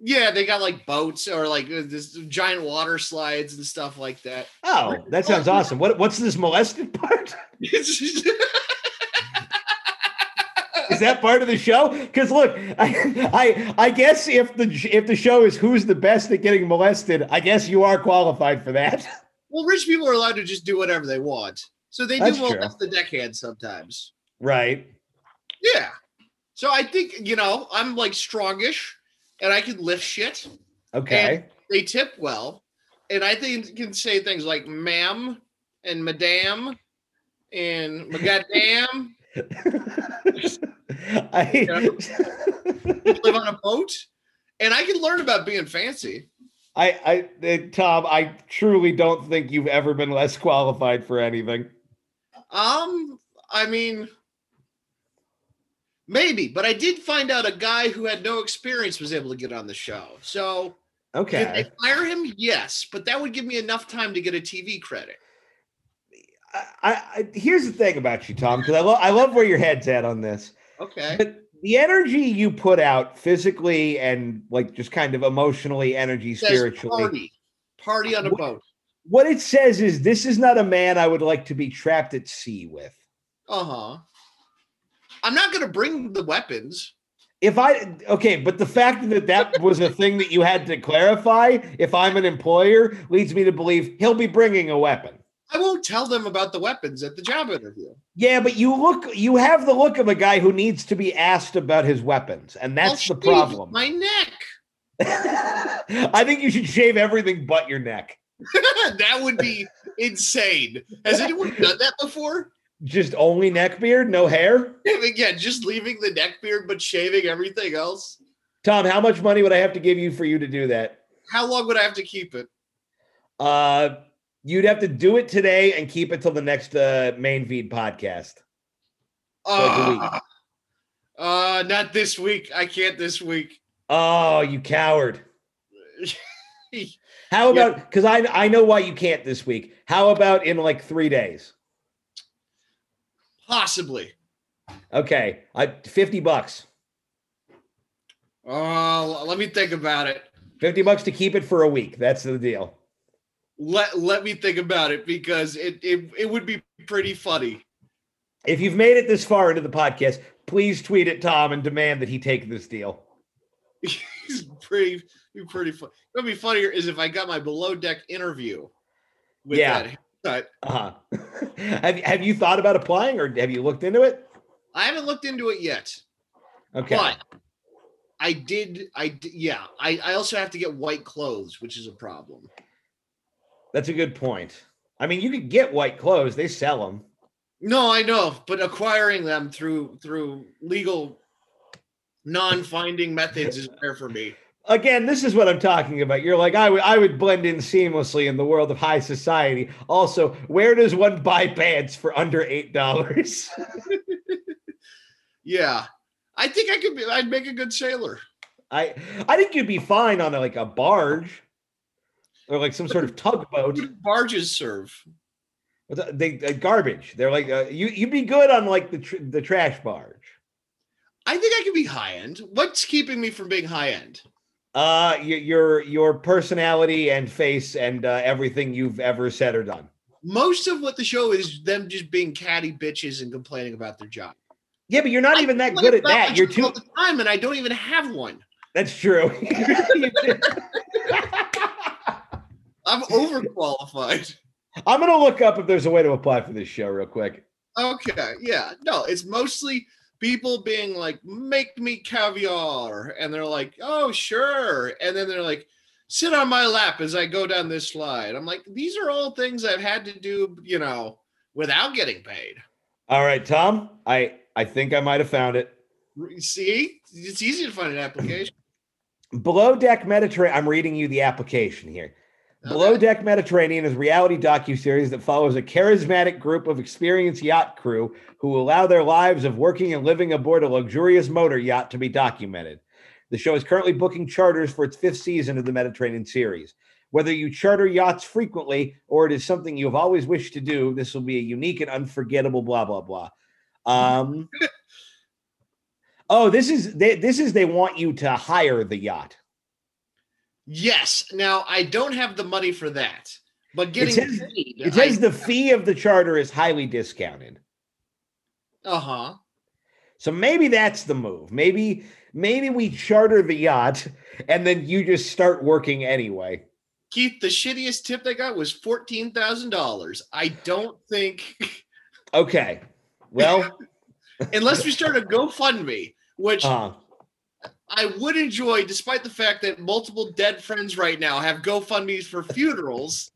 [SPEAKER 2] Yeah, they got like boats or like uh, this giant water slides and stuff like that. [LAUGHS]
[SPEAKER 1] Oh, that sounds awesome. What what's this molested part?
[SPEAKER 2] It's just-
[SPEAKER 1] Is that part of the show? Because look, I, I I guess if the if the show is who's the best at getting molested, I guess you are qualified for that.
[SPEAKER 2] well, rich people are allowed to just do whatever they want, so they
[SPEAKER 1] That's
[SPEAKER 2] do molest the deckhand sometimes.
[SPEAKER 1] Right.
[SPEAKER 2] Yeah. So I think you know I'm like strongish, and I can lift shit.
[SPEAKER 1] Okay.
[SPEAKER 2] They tip well, and I think can say things like "ma'am" and "madame" and "my "goddamn."
[SPEAKER 1] I,
[SPEAKER 2] you [LAUGHS] live on a boat, and I can learn about being fancy.
[SPEAKER 1] I, I, uh, Tom, I truly don't think you've ever been less qualified for anything.
[SPEAKER 2] Um, I mean, maybe, but I did find out a guy who had no experience was able to get on the show. So did
[SPEAKER 1] Okay.
[SPEAKER 2] they fire him? Yes, but that would give me enough time to get a TV credit.
[SPEAKER 1] I, I, here's the thing about you, Tom, because I, lo- I love where your head's at on this.
[SPEAKER 2] Okay.
[SPEAKER 1] But the energy you put out physically and like just kind of emotionally, energy,
[SPEAKER 2] Says
[SPEAKER 1] spiritually,
[SPEAKER 2] party, party on a
[SPEAKER 1] What-
[SPEAKER 2] boat.
[SPEAKER 1] what it says is this is not a man I would like to be trapped at sea with.
[SPEAKER 2] Uh huh. I'm not gonna bring the weapons.
[SPEAKER 1] If I okay, but the fact that that was a thing that you had to clarify, if I'm an employer, leads me to believe he'll be bringing a weapon.
[SPEAKER 2] I won't tell them about the weapons at the job interview.
[SPEAKER 1] Yeah, but you look you have the look of a guy who needs to be asked about his weapons, and
[SPEAKER 2] I'll
[SPEAKER 1] that's the
[SPEAKER 2] shave
[SPEAKER 1] problem.
[SPEAKER 2] My neck.
[SPEAKER 1] [LAUGHS]
[SPEAKER 2] [LAUGHS]
[SPEAKER 1] I think you should shave everything but your neck.
[SPEAKER 2] that would be insane. Has anyone done that before?
[SPEAKER 1] Just only neck beard, no hair.
[SPEAKER 2] I mean, yeah, just leaving the neck beard but shaving everything else.
[SPEAKER 1] Tom, how much money would I have to give you for you to do that?
[SPEAKER 2] How long would I have to keep it?
[SPEAKER 1] Uh, you'd have to do it today and keep it till the next uh, main feed podcast. Like a week.
[SPEAKER 2] Ah. uh, not this week. I can't this week.
[SPEAKER 1] Oh, you coward! How
[SPEAKER 2] Yeah.
[SPEAKER 1] about because I I know why you can't this week. How about in like three days?
[SPEAKER 2] Possibly.
[SPEAKER 1] Okay, I fifty bucks.
[SPEAKER 2] Oh, let me think about it.
[SPEAKER 1] Fifty bucks to keep it for a week. That's the deal.
[SPEAKER 2] Let let me think about it because it it, it would be pretty funny. [LAUGHS]
[SPEAKER 1] If you've made it this far into the podcast, please tweet at Tom and demand that he take this deal.
[SPEAKER 2] It's pretty be pretty fun. What'd be funnier is if I got my below deck interview with
[SPEAKER 1] Yeah.
[SPEAKER 2] that haircut.
[SPEAKER 1] Uh huh. [LAUGHS] have Have you thought about applying or have you looked into it?
[SPEAKER 2] I haven't looked into it yet.
[SPEAKER 1] Okay.
[SPEAKER 2] But I did. I did, yeah. I I also have to get white clothes, which is a problem.
[SPEAKER 1] That's a good point. I mean, you could get white clothes; they sell them.
[SPEAKER 2] No, I know, but acquiring them through through legal non-finding methods is rare for me.
[SPEAKER 1] Again, this is what I'm talking about. You're like, I would, I would blend in seamlessly in the world of high society. Also, where does one buy pants for under eight dollars? [LAUGHS]
[SPEAKER 2] Yeah, I think I could be. I'd make a good sailor.
[SPEAKER 1] I, I think you'd be fine on like a barge, or like some sort of
[SPEAKER 2] What
[SPEAKER 1] tugboat.
[SPEAKER 2] do barges serve?
[SPEAKER 1] What's that- They uh, garbage. They're like, uh, you, you'd be good on like the tr- the trash barge.
[SPEAKER 2] I think I could be high end. What's keeping me from being high end?
[SPEAKER 1] Uh, y- your your personality and face and uh, everything you've ever said or done.
[SPEAKER 2] Most of what the show is them just being catty bitches and complaining about their job.
[SPEAKER 1] Yeah, but you're not even that good at
[SPEAKER 2] Complain about
[SPEAKER 1] that. You're
[SPEAKER 2] my job
[SPEAKER 1] too.
[SPEAKER 2] all the time, and I don't even have one.
[SPEAKER 1] [LAUGHS] That's true. [LAUGHS] [LAUGHS]
[SPEAKER 2] I'm overqualified.
[SPEAKER 1] I'm gonna look up if there's a way to apply for this show real quick.
[SPEAKER 2] Okay, yeah. No, it's mostly people being like, make me caviar. And they're like, oh, sure. And then they're like, sit on my lap as I go down this slide. I'm like, these are all things I've had to do, you know, without getting paid.
[SPEAKER 1] All right, Tom. I I think I might have found it.
[SPEAKER 2] Re- See, it's easy to find an application.
[SPEAKER 1] Below Deck Mediterranean. I'm reading you the application here. [LAUGHS] Below
[SPEAKER 2] Okay.
[SPEAKER 1] Deck Mediterranean is a reality docuseries that follows a charismatic group of experienced yacht crew who allow their lives of working and living aboard a luxurious motor yacht to be documented. The show is currently booking charters for its fifth season of the Mediterranean series. Whether you charter yachts frequently or it is something you have always wished to do, this will be a unique and unforgettable blah blah blah. Um, oh, this is they, this is they want you to hire the yacht.
[SPEAKER 2] Yes. Now I don't have the money for that, but getting
[SPEAKER 1] says-
[SPEAKER 2] paid.
[SPEAKER 1] It says the fee of the charter is highly discounted.
[SPEAKER 2] Uh huh.
[SPEAKER 1] So maybe that's the move. Maybe maybe we charter the yacht and then you just start working anyway.
[SPEAKER 2] Keith, the shittiest tip they got was fourteen thousand dollars. I don't think, [LAUGHS]
[SPEAKER 1] Okay. Well,
[SPEAKER 2] unless we start a GoFundMe, which
[SPEAKER 1] uh,
[SPEAKER 2] I would enjoy, despite the fact that multiple dead friends right now have GoFundmes for funerals.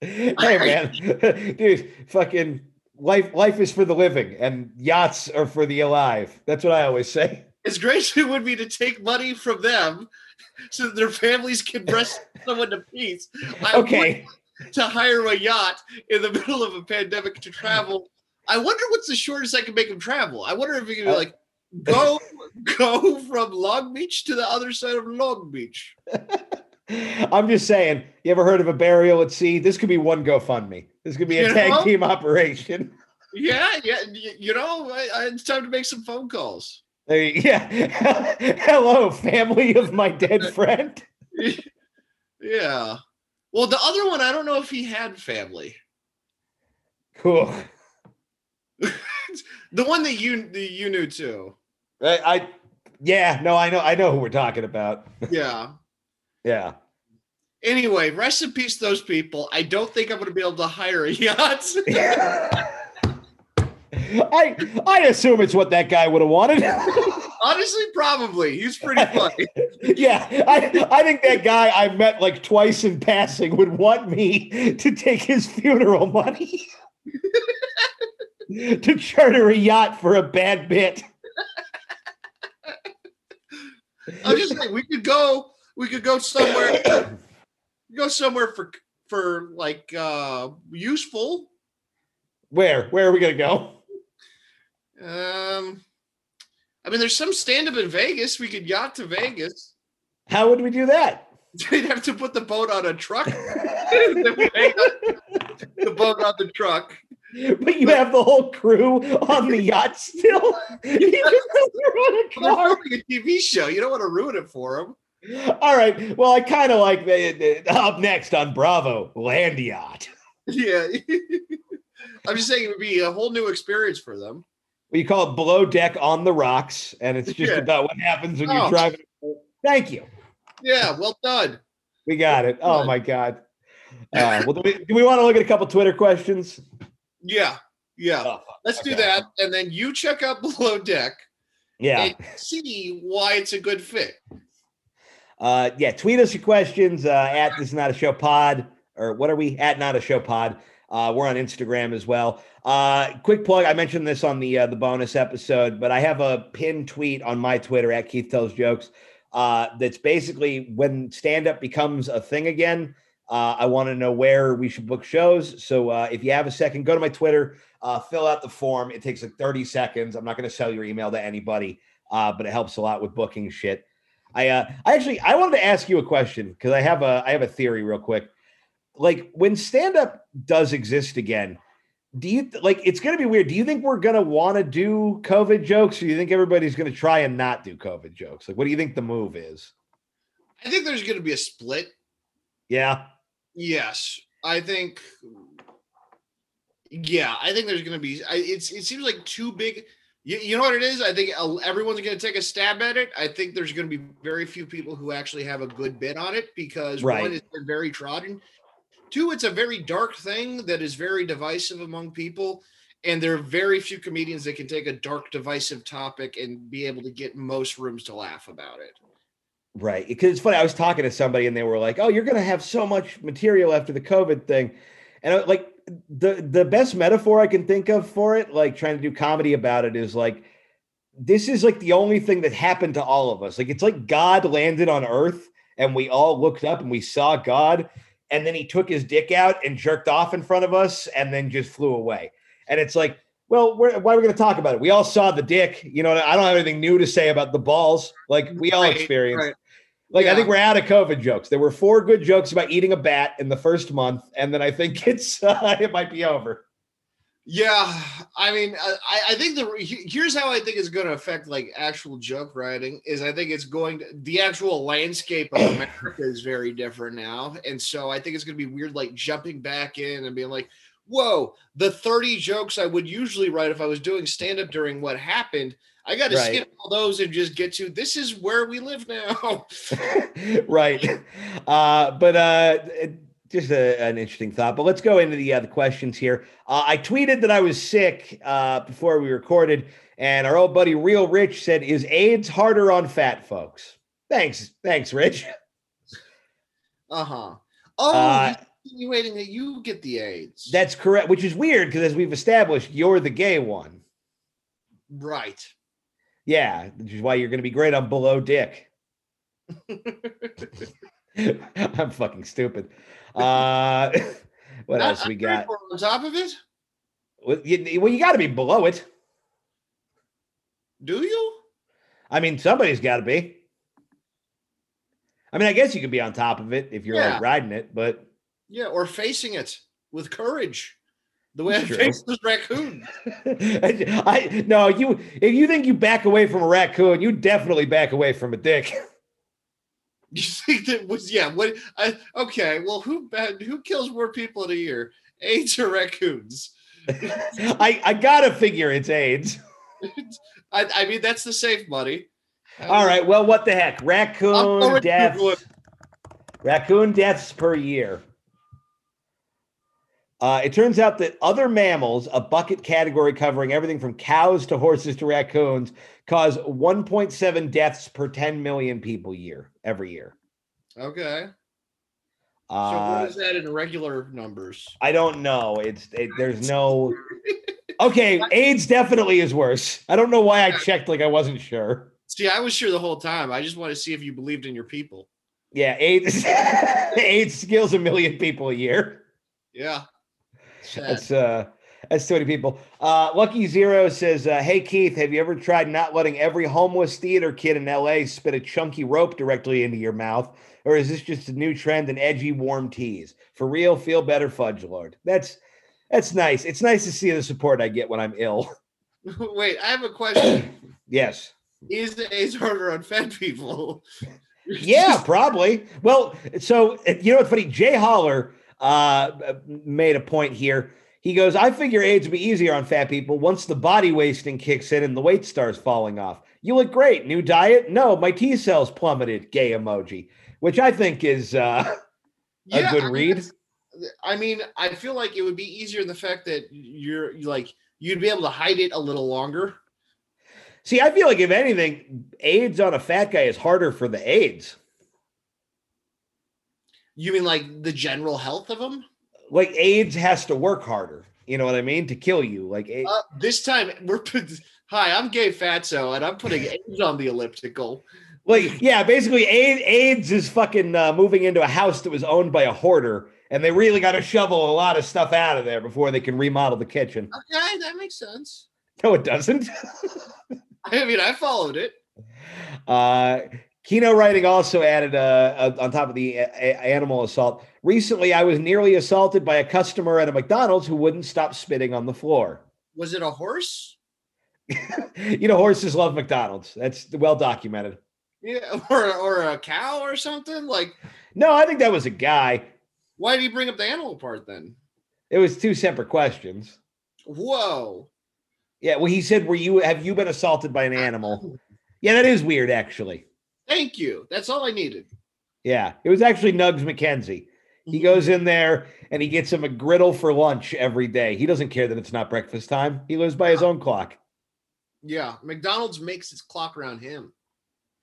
[SPEAKER 1] hey man, [LAUGHS] dude, fucking life life is for the living and yachts are for the alive. That's what I always say.
[SPEAKER 2] As great [LAUGHS] as it would be to take money from them, so that their families can
[SPEAKER 1] [LAUGHS]
[SPEAKER 2] rest someone to peace. I would
[SPEAKER 1] Okay. [LAUGHS]
[SPEAKER 2] to hire a yacht in the [LAUGHS] middle of a pandemic to travel. I wonder what's the shortest I can make him travel. I wonder if he can be
[SPEAKER 1] Uh,
[SPEAKER 2] like go [LAUGHS] go from Long Beach to the other side of Long Beach.
[SPEAKER 1] I'm just saying, you ever heard of a burial at sea? This could be one GoFundMe. This could be a
[SPEAKER 2] You
[SPEAKER 1] tag
[SPEAKER 2] know?
[SPEAKER 1] team operation.
[SPEAKER 2] Yeah, yeah. y- You know, I, I, it's time to make some phone calls.
[SPEAKER 1] Hey, [LAUGHS] yeah. Hello, family of my
[SPEAKER 2] [LAUGHS]
[SPEAKER 1] dead friend.
[SPEAKER 2] Yeah. Well, the other one, I don't know if he had family.
[SPEAKER 1] Cool.
[SPEAKER 2] The one that you that you knew too.
[SPEAKER 1] I, I yeah, no, I know I know who we're talking about. [LAUGHS]
[SPEAKER 2] Yeah.
[SPEAKER 1] Yeah.
[SPEAKER 2] Anyway, rest in peace, those people. I don't think I'm going to be able to hire a yacht.
[SPEAKER 1] I I assume it's what that guy would have wanted. [LAUGHS]
[SPEAKER 2] Honestly, probably. He's pretty funny.
[SPEAKER 1] yeah, I I think that guy I met like twice in passing would want me [LAUGHS] to take his funeral money [LAUGHS] to charter a yacht for a bad bit.
[SPEAKER 2] I'm just saying we could go we could go somewhere [COUGHS] go somewhere for for like uh useful.
[SPEAKER 1] Where where are we gonna go?
[SPEAKER 2] Um I mean there's some stand up in Vegas. We could yacht to Vegas. [LAUGHS]
[SPEAKER 1] How would we do that? [LAUGHS]
[SPEAKER 2] They'd have to put the boat on a truck. [LAUGHS] Then we hang on- the boat on the truck.
[SPEAKER 1] But you have the whole crew on the yacht still. [LAUGHS] You just threw on a
[SPEAKER 2] They're
[SPEAKER 1] car.
[SPEAKER 2] filming a TV show. You don't want to ruin it for them.
[SPEAKER 1] All right. Well, I kind of like the, the- up next on Bravo Land Yacht.
[SPEAKER 2] Yeah. [LAUGHS] I'm just saying it would be a whole new experience for them.
[SPEAKER 1] We call it below deck on the rocks, and it's just
[SPEAKER 2] Yeah.
[SPEAKER 1] about what happens when you
[SPEAKER 2] Oh.
[SPEAKER 1] drive. it. Thank you.
[SPEAKER 2] Yeah, well done.
[SPEAKER 1] We got it. Oh
[SPEAKER 2] Good.
[SPEAKER 1] my god. Uh, well, do we, do we want to look at a couple Twitter questions?
[SPEAKER 2] Yeah. Yeah.
[SPEAKER 1] Oh, fuck.
[SPEAKER 2] Let's do
[SPEAKER 1] Okay.
[SPEAKER 2] that. And then you check out [LAUGHS] below deck.
[SPEAKER 1] Yeah.
[SPEAKER 2] and see why it's a good fit.
[SPEAKER 1] Uh, yeah, tweet us your questions uh, at this is not a show pod or what are we at not a show pod. Uh, we're on Instagram as well. Uh, quick plug: I mentioned this on the uh, the bonus episode, but I have a pinned tweet on my Twitter at Keith Tells Jokes. Uh, that's basically when stand up becomes a thing again. Uh, I want to know where we should book shows. So uh, if you have a second, go to my Twitter, uh, fill out the form. It takes like 30 seconds. I'm not going to sell your email to anybody, uh, but it helps a lot with booking shit. I uh, I actually I wanted to ask you a question because I have a I have a theory real quick. Like when stand up does exist again, do you th- like it's going to be weird? Do you think we're going to want to do COVID jokes, or you think everybody's going to try and not do COVID jokes? Like, what do you think the move is?
[SPEAKER 2] I think there's going to be a split.
[SPEAKER 1] Yeah,
[SPEAKER 2] Yes, I think. Yeah, I think there's going to be. I, it's it seems like too big. You, you know what it is? I think el- everyone's going to take a stab at it. I think there's going to be very few people who actually have a good bit on it because
[SPEAKER 1] Right.
[SPEAKER 2] one, it's been very trodden. Two, it's a very dark thing that is very divisive among people. And there are very few comedians that can take a dark, divisive topic and be able to get most rooms to laugh about it.
[SPEAKER 1] right. Because it's funny. I was talking to somebody, and they were like, "Oh, you're going to have so much material after the COVID thing," and I, like the the best metaphor I can think of for it, like trying to do comedy about it, is like this is like the only thing that happened to all of us. Like it's like God landed on Earth and we all looked up and we saw God, and then he took his dick out and jerked off in front of us and then just flew away. And it's like, well, we're, why are we going to talk about it? We all saw the dick. You know, I don't have anything new to say about the balls. Like we all
[SPEAKER 2] Right,
[SPEAKER 1] experienced.
[SPEAKER 2] right.
[SPEAKER 1] Like I
[SPEAKER 2] Yeah.
[SPEAKER 1] think we're out of COVID jokes. There were four good jokes about eating a bat in the first month, and then I think [LAUGHS] it's uh, it might be over. [LAUGHS]
[SPEAKER 2] Yeah, I mean, I, I- I think the he- here's how I think it's going to affect like actual joke writing is I think it's going to the actual landscape of America is very different now, and so I think it's going to be weird like jumping back in and being like, "Whoa, the 30 jokes I would usually write if I was doing stand up during what happened, I got to
[SPEAKER 1] Right.
[SPEAKER 2] skip all those and just get to this is where we live now." [LAUGHS]
[SPEAKER 1] right. Uh, but uh, it- just a, an interesting thought. But let's go into the uh, the questions here. Uh, I tweeted that I was sick uh, before we recorded, and our old buddy Real Rich said, "Is AIDS harder on fat folks?" Thanks, thanks, Rich.
[SPEAKER 2] Uh-huh. Oh,
[SPEAKER 1] Uh,
[SPEAKER 2] he's insinuating that you get the AIDS.
[SPEAKER 1] That's correct, which is weird because as we've established, you're the gay one.
[SPEAKER 2] right.
[SPEAKER 1] Yeah, which is why you're going to be great on below dick. [LAUGHS] I'm fucking stupid. Uh, [LAUGHS] what
[SPEAKER 2] Not
[SPEAKER 1] else we
[SPEAKER 2] under [LAUGHS]
[SPEAKER 1] got?
[SPEAKER 2] or on top of it?
[SPEAKER 1] Well, you, well, you got to be below it.
[SPEAKER 2] Do you?
[SPEAKER 1] I mean, somebody's got to be. I mean, I guess you could be on top of it if you're
[SPEAKER 2] Yeah.
[SPEAKER 1] like riding it, but [LAUGHS]
[SPEAKER 2] Yeah, or facing it with courage. The way I
[SPEAKER 1] That's true.
[SPEAKER 2] faced this raccoon. [LAUGHS]
[SPEAKER 1] I, no, you if you think you back away from a raccoon, you definitely back away from a dick. [LAUGHS]
[SPEAKER 2] You think that was yeah? What? I, okay, well, who ba- who kills more people in a year? AIDS or raccoons? [LAUGHS]
[SPEAKER 1] I I gotta figure it's AIDS.
[SPEAKER 2] I, I mean, that's the safe money. I
[SPEAKER 1] All
[SPEAKER 2] mean,
[SPEAKER 1] right, well, what the heck?
[SPEAKER 2] I'm
[SPEAKER 1] Raccoon
[SPEAKER 2] already
[SPEAKER 1] death.
[SPEAKER 2] Googling.
[SPEAKER 1] Raccoon deaths per year. Uh, it turns out that other mammals, a bucket category covering everything from cows to horses to raccoons, cause 1.7 deaths per 10 million people year every year.
[SPEAKER 2] Okay. So
[SPEAKER 1] Uh,
[SPEAKER 2] what is that in regular numbers?
[SPEAKER 1] I don't know. It's it, there's
[SPEAKER 2] [LAUGHS]
[SPEAKER 1] no. Okay, AIDS definitely is worse. I don't know why I checked like I wasn't sure.
[SPEAKER 2] See, I was sure the whole time. I just want to see if you believed in your people.
[SPEAKER 1] Yeah, AIDS [LAUGHS] AIDS kills a million people a year.
[SPEAKER 2] Yeah. [LAUGHS] Sad.
[SPEAKER 1] That's uh that's 20 people. Uh Lucky Zero says, uh, hey Keith, have you ever tried not letting every homeless theater kid in LA spit a chunky rope directly into your mouth? Or is this just a new trend in edgy warm teas? For real, feel better, fudge lord. That's that's nice. It's nice to see the support I get when I'm ill. [LAUGHS]
[SPEAKER 2] Wait, I have a question.
[SPEAKER 1] [COUGHS] Yes.
[SPEAKER 2] Is AIDS harder on fat people?
[SPEAKER 1] Yeah, probably. Well, so uh, you know what's funny? Jay Holler uh, made a point here. He goes, I figure AIDS would be easier on fat people once the body wasting kicks in and the weight starts falling off. You look great. New diet? No, my T cells plummeted. Gay emoji, which I think is uh, [LAUGHS] a good
[SPEAKER 2] I mean,
[SPEAKER 1] read.
[SPEAKER 2] I mean, I feel like it would be easier in the fact that you're you like you'd be able to hide it a little longer.
[SPEAKER 1] See, I feel like if anything, AIDS on a fat guy is harder for the AIDS.
[SPEAKER 2] You mean like the general health of them?
[SPEAKER 1] Like AIDS has to work harder. You know what I mean? To kill you. Like, A-
[SPEAKER 2] Uh, this time [LAUGHS] we're put- hi, I'm Gay Fatso, and I'm [LAUGHS] putting AIDS on the elliptical.
[SPEAKER 1] Like, yeah, basically, A- AIDS is fucking uh, moving into a house that was owned by a hoarder, and they really got to shovel a lot of stuff out of there before they can remodel the kitchen. [LAUGHS]
[SPEAKER 2] Okay, that makes sense.
[SPEAKER 1] No, it doesn't.
[SPEAKER 2] I mean, I followed it.
[SPEAKER 1] Uh, Kino writing also added uh, uh, on top of the a- a- animal assault. Recently, I was nearly assaulted by a customer at a McDonald's who wouldn't stop spitting on the floor. [LAUGHS]
[SPEAKER 2] Was it a horse?
[SPEAKER 1] you know, horses love McDonald's. That's well documented.
[SPEAKER 2] Yeah, [LAUGHS] or or a cow or something? Like,
[SPEAKER 1] No, I think that was a guy.
[SPEAKER 2] why did you bring up the animal part then?
[SPEAKER 1] It was two separate questions.
[SPEAKER 2] Whoa.
[SPEAKER 1] Yeah, well, he said, "Were you have you been assaulted by an animal?" Yeah, that is weird, actually.
[SPEAKER 2] Thank you. That's all I needed.
[SPEAKER 1] Yeah, it was actually Nugs McKenzie. He goes in there and he gets him a griddle for lunch every day. He doesn't care that it's not breakfast time. He lives by his own clock. [LAUGHS]
[SPEAKER 2] Yeah, McDonald's makes its clock around him.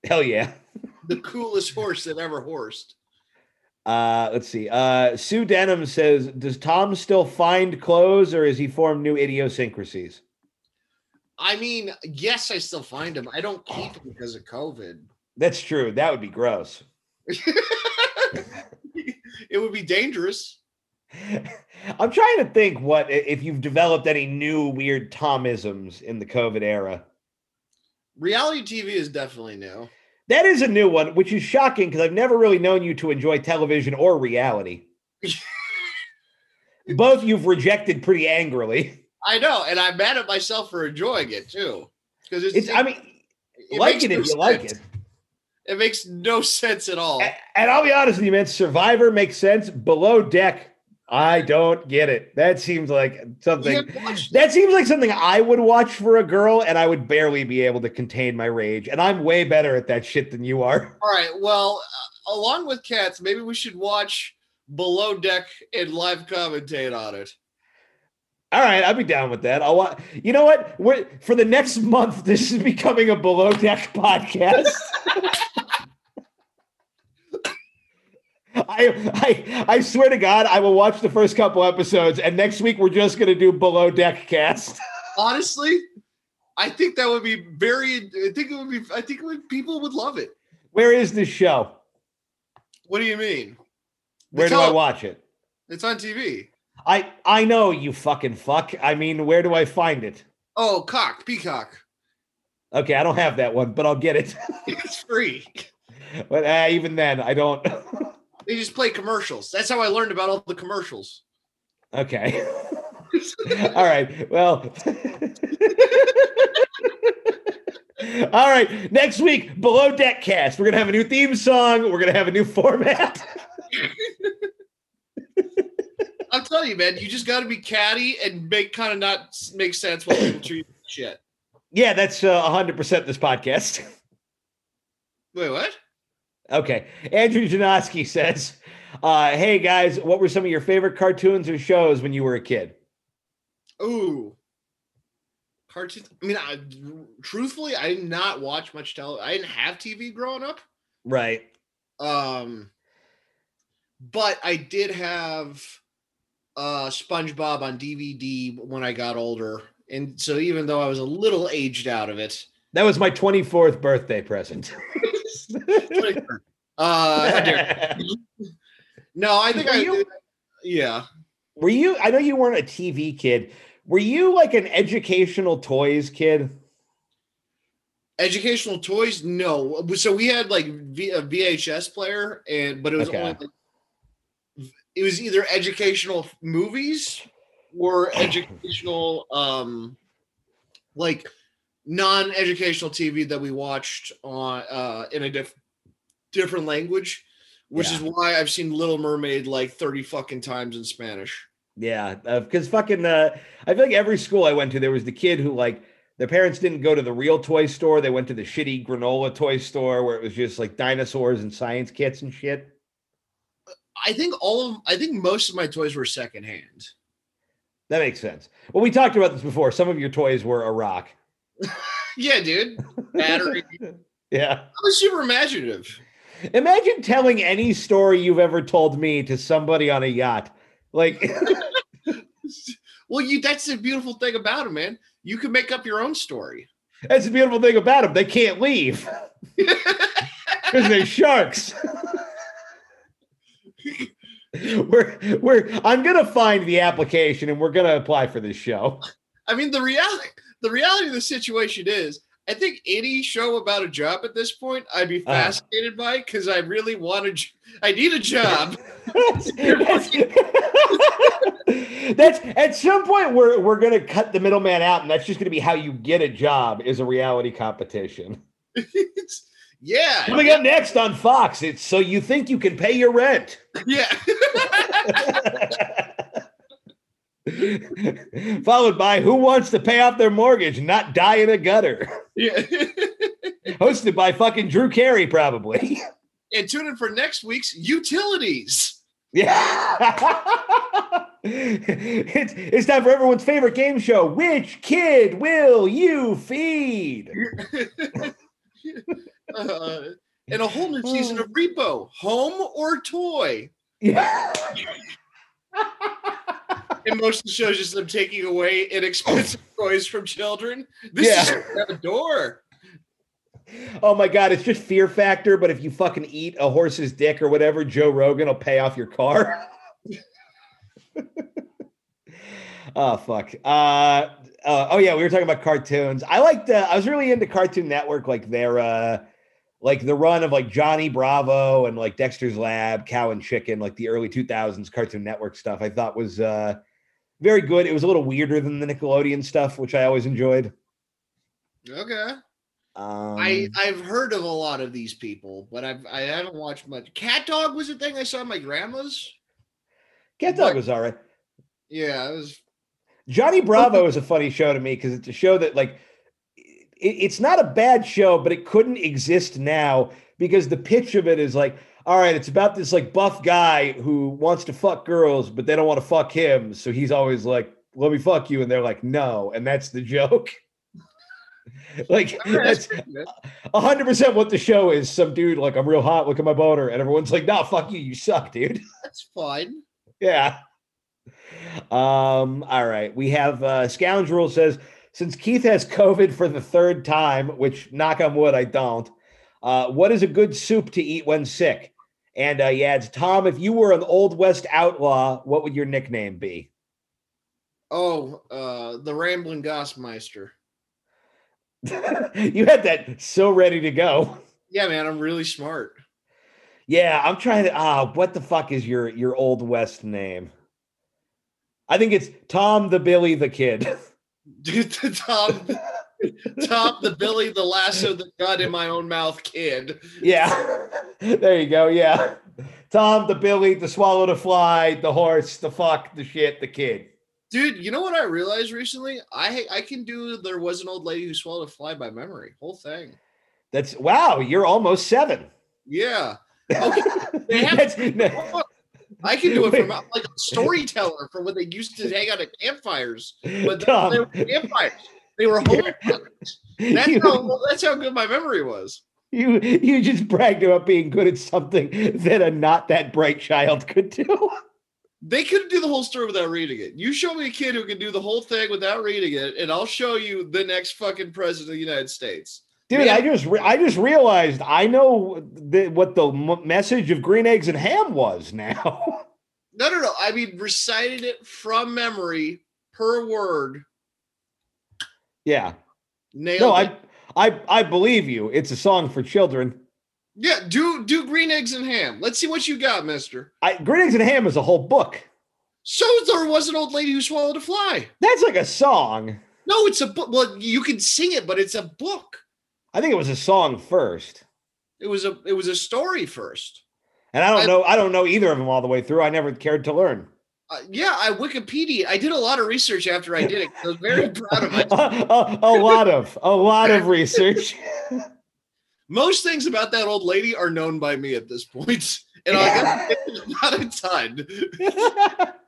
[SPEAKER 1] Hell yeah.
[SPEAKER 2] The coolest horse that ever horsed.
[SPEAKER 1] Uh, let's see. Uh, Sue Denham says, "Does Tom still find clothes, or is he formed new idiosyncrasies?"
[SPEAKER 2] I mean, yes, I still find him. I don't keep him because of COVID.
[SPEAKER 1] That's true. That would be gross. [LAUGHS]
[SPEAKER 2] It would be dangerous.
[SPEAKER 1] I'm trying to think what i- if you've developed any new weird Tomisms in the COVID era.
[SPEAKER 2] Reality TV is definitely new.
[SPEAKER 1] That is a new one, which is shocking because I've never really known you to enjoy television or
[SPEAKER 2] [LAUGHS]
[SPEAKER 1] reality. Both you've rejected pretty angrily.
[SPEAKER 2] I know, and I'm mad at myself for enjoying it too. Because it's,
[SPEAKER 1] It's, I mean, like
[SPEAKER 2] makes
[SPEAKER 1] it
[SPEAKER 2] no
[SPEAKER 1] if you like
[SPEAKER 2] sense.
[SPEAKER 1] it.
[SPEAKER 2] it makes no sense at all.
[SPEAKER 1] A- And I'll be honest with you, man. Survivor makes sense. Below deck, I don't get it. That seems like
[SPEAKER 2] You
[SPEAKER 1] something.
[SPEAKER 2] haven't watched
[SPEAKER 1] That seems like something I would watch for a girl, and I would barely be able to contain my rage. And I'm way better at that shit than you are.
[SPEAKER 2] All right. Well, uh, along with cats, maybe we should watch Below Deck and live commentate on it.
[SPEAKER 1] All right, I'll be down with that. I'll wa- You know what? We're, for the next month, [LAUGHS] this is becoming a below deck podcast. I, I I swear to God, I will watch the first couple episodes, and next week we're just gonna do below deck cast.
[SPEAKER 2] Honestly, I think that would be very. I think it would be. I think it would, people would love it.
[SPEAKER 1] Where is this show?
[SPEAKER 2] What do you mean?
[SPEAKER 1] Where
[SPEAKER 2] It's
[SPEAKER 1] do I
[SPEAKER 2] on-
[SPEAKER 1] watch it?
[SPEAKER 2] It's on TV.
[SPEAKER 1] I I know you fucking fuck. I mean, where do I find it?
[SPEAKER 2] Oh, cock, peacock. [LAUGHS]
[SPEAKER 1] Okay, I don't have that one, but I'll get it. [LAUGHS]
[SPEAKER 2] It's free.
[SPEAKER 1] but uh, even then, I don't. [LAUGHS]
[SPEAKER 2] They just play commercials. That's how I learned about all the commercials.
[SPEAKER 1] okay. All right. Well. [LAUGHS] All right. Next week, Below Deck Cast. We're gonna have a new theme song. We're gonna have a new format. [LAUGHS]
[SPEAKER 2] I'm telling you, man, you just got to be catty and make kind of not s- make sense while people treat you like shit.
[SPEAKER 1] yeah, that's uh, hundred percent this podcast. [LAUGHS]
[SPEAKER 2] Wait, what?
[SPEAKER 1] Okay. Andrew Janoski says, uh, "Hey guys, what were some of your favorite cartoons or shows when you were a kid?"
[SPEAKER 2] Ooh. Cartoons. I mean, I, truthfully, I did not watch much television. I didn't have TV growing up.
[SPEAKER 1] Right.
[SPEAKER 2] Um, but I did have uh SpongeBob on DVD when I got older. And so even though I was a little aged out
[SPEAKER 1] [LAUGHS]
[SPEAKER 2] of it,
[SPEAKER 1] That was my 24th birthday present.
[SPEAKER 2] uh, how
[SPEAKER 1] [LAUGHS]
[SPEAKER 2] dare- no, I think
[SPEAKER 1] Were
[SPEAKER 2] I,
[SPEAKER 1] you-
[SPEAKER 2] yeah,
[SPEAKER 1] were you? I know you weren't a TV kid. Were you like an educational toys kid?
[SPEAKER 2] educational toys. No, so we had like v, a VHS player, and but it was
[SPEAKER 1] Okay.
[SPEAKER 2] only like, it was either educational movies or educational, um, like non-educational TV that we watched on uh in a diff, different language. Which is why I've seen Little Mermaid like 30 fucking times in Spanish.
[SPEAKER 1] Yeah, because fucking, uh, I feel like every school I went to, there was the kid who like their parents didn't go to the real toy store; they went to the shitty granola toy store where it was just like dinosaurs and science kits and shit.
[SPEAKER 2] I think all of I think most of my toys were secondhand.
[SPEAKER 1] That makes sense. Well, we talked about this before. Some of your toys were a rock.
[SPEAKER 2] Yeah, dude. Battery.
[SPEAKER 1] Yeah.
[SPEAKER 2] I was super imaginative.
[SPEAKER 1] Imagine telling any story you've ever told me to somebody on a yacht. Like, [LAUGHS]
[SPEAKER 2] Well, you that's the beautiful thing about it, man. You can make up your own story.
[SPEAKER 1] that's the beautiful thing about them. They can't leave because they're sharks. we're, we're, I'm going to find the application and we're going to apply for this show. [LAUGHS]
[SPEAKER 2] I mean, the reality the reality of the situation is I think any show about a job at this point I'd be
[SPEAKER 1] Uh-huh.
[SPEAKER 2] fascinated by because I really want to I need a job. [LAUGHS]
[SPEAKER 1] that's, [LAUGHS] that's- that's- at some point we're we're gonna cut the middleman out, and that's just gonna be how you get a job is a reality competition.
[SPEAKER 2] It's- yeah.
[SPEAKER 1] Coming up next on Fox, it's so you think you can pay your rent. [LAUGHS]
[SPEAKER 2] [LAUGHS] Yeah.
[SPEAKER 1] Followed by Who Wants to Pay Off Their Mortgage, and Not Die in a Gutter?
[SPEAKER 2] Yeah.
[SPEAKER 1] Hosted by fucking Drew Carey, probably. [LAUGHS]
[SPEAKER 2] and tune in for next week's utilities.
[SPEAKER 1] Yeah. [LAUGHS] it's, it's time for everyone's favorite game show. Which kid will you feed?
[SPEAKER 2] uh, and a whole new season of Repo, home or toy.
[SPEAKER 1] Yeah.
[SPEAKER 2] And most of the shows just them taking away inexpensive toys from children. This is a door.
[SPEAKER 1] Oh my God, it's just fear factor. But if you fucking eat a horse's dick or whatever, Joe Rogan will pay off your car. [LAUGHS] oh fuck. Uh, uh, oh yeah, we were talking about cartoons. I liked. Uh, I was really into Cartoon Network, like their uh, like the run of like Johnny Bravo and like Dexter's Lab, Cow and Chicken, like the early 2000s Cartoon Network stuff, I thought was uh, very good. It was a little weirder than the Nickelodeon stuff, which I always enjoyed.
[SPEAKER 2] Okay.
[SPEAKER 1] Um,
[SPEAKER 2] I I've heard of a lot of these people, but I've I haven't watched much. Cat Dog was a thing I saw at my grandma's.
[SPEAKER 1] Cat Dog
[SPEAKER 2] but-
[SPEAKER 1] was all right.
[SPEAKER 2] Yeah, it was.
[SPEAKER 1] Johnny Bravo is a funny show to me because it's a show that like it, it's not a bad show, but it couldn't exist now because the pitch of it is like, all right, it's about this like buff guy who wants to fuck girls, but they don't want to fuck him, so he's always like, "Let me fuck you," and they're like, "No," and that's the joke. [LAUGHS] like that's hundred percent what the show is. Some dude like, "I'm real hot, look at my boner," and everyone's like, "Nah, fuck you, you suck, dude."
[SPEAKER 2] That's fine.
[SPEAKER 1] yeah. Um, all right. We have uh Scoundrel says, since Keith has COVID for the third time, which knock on wood, I don't. Uh, what is a good soup to eat when sick? And uh, he adds, Tom, if you were an old west outlaw, what would your nickname be? [LAUGHS]
[SPEAKER 2] Oh, uh, the Rambling Gossmeister.
[SPEAKER 1] you had that so ready to go.
[SPEAKER 2] Yeah, man, I'm really smart. [LAUGHS]
[SPEAKER 1] Yeah, I'm trying to. Ah, what the fuck is your your old west name? I think it's Tom the Billy the Kid.
[SPEAKER 2] Dude, the Tom, [LAUGHS] Tom, the Billy, the lasso, the gun in my own mouth, kid. [LAUGHS]
[SPEAKER 1] Yeah. there you go. Yeah. Tom, the Billy, the swallow, the fly, the horse, the fuck, the shit, the kid.
[SPEAKER 2] Dude, you know what I realized recently? I I can do. There was an old lady who swallowed a fly by memory. Whole thing.
[SPEAKER 1] That's wow, you're almost seven.
[SPEAKER 2] Yeah. Okay. They have-
[SPEAKER 1] [LAUGHS] That's-
[SPEAKER 2] I can do it from like a storyteller from when they used to hang out at campfires. But
[SPEAKER 1] Tom,
[SPEAKER 2] they were campfires. They were
[SPEAKER 1] [LAUGHS]
[SPEAKER 2] whole. That's
[SPEAKER 1] you,
[SPEAKER 2] how that's how good my memory was.
[SPEAKER 1] [LAUGHS] you you just bragged about being good at something that a not that bright child could do. [LAUGHS]
[SPEAKER 2] They couldn't do the whole story without reading it. You show me a kid who can do the whole thing without reading it, and I'll show you the next fucking president of the United States.
[SPEAKER 1] Dude,
[SPEAKER 2] Yeah.
[SPEAKER 1] I just re- I just realized I know the, what the m- message of green eggs and ham was now. [LAUGHS]
[SPEAKER 2] No, no, no. I mean, recited it from memory per word.
[SPEAKER 1] yeah.
[SPEAKER 2] Nailed
[SPEAKER 1] No,
[SPEAKER 2] it.
[SPEAKER 1] I I I believe you. It's a song for children.
[SPEAKER 2] yeah, do do green eggs and ham. Let's see what you got, Mister.
[SPEAKER 1] I, Green Eggs and Ham is a whole book.
[SPEAKER 2] So there was an old lady who swallowed a fly.
[SPEAKER 1] That's like a song.
[SPEAKER 2] No, it's a book. Well, you can sing it, but it's a book.
[SPEAKER 1] I think it was a song first,
[SPEAKER 2] It was a it was a story first.
[SPEAKER 1] and I don't
[SPEAKER 2] I-
[SPEAKER 1] know. I don't know either of them all the way through. I never cared to learn.
[SPEAKER 2] Uh, yeah, I Wikipedia. I did a lot of research after I did it. I was very proud of
[SPEAKER 1] a,
[SPEAKER 2] myself.
[SPEAKER 1] [LAUGHS] a- a lot of a lot of research. [LAUGHS]
[SPEAKER 2] Most things about that old lady are known by me at this point, [LAUGHS] and I got [LAUGHS] not a ton.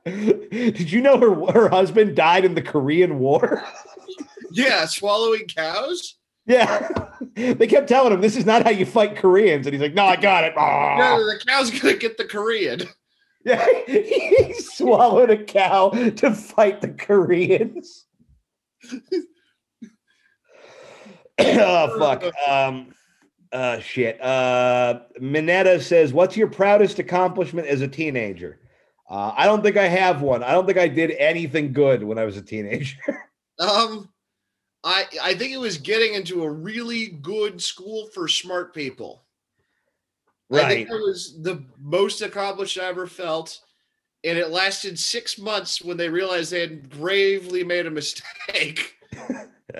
[SPEAKER 1] Did you know her her husband died in the Korean War? [LAUGHS]
[SPEAKER 2] Yeah, swallowing cows.
[SPEAKER 1] Yeah, [LAUGHS] they kept telling him this is not how you fight Koreans, and he's like, "No, I got it." Ah."
[SPEAKER 2] No, the cow's gonna get the Korean.
[SPEAKER 1] Yeah, [LAUGHS] he swallowed a cow to fight the
[SPEAKER 2] [LAUGHS]
[SPEAKER 1] Koreans. oh fuck. Um uh shit. Uh Minetta says, What's your proudest accomplishment as a teenager? Uh, I don't think I have one. I don't think I did anything good when I was a teenager.
[SPEAKER 2] Um, I I think it was getting into a really good school for smart people. I think that was the most accomplished I ever felt. And it lasted six months when they realized they had gravely made a mistake. [LAUGHS]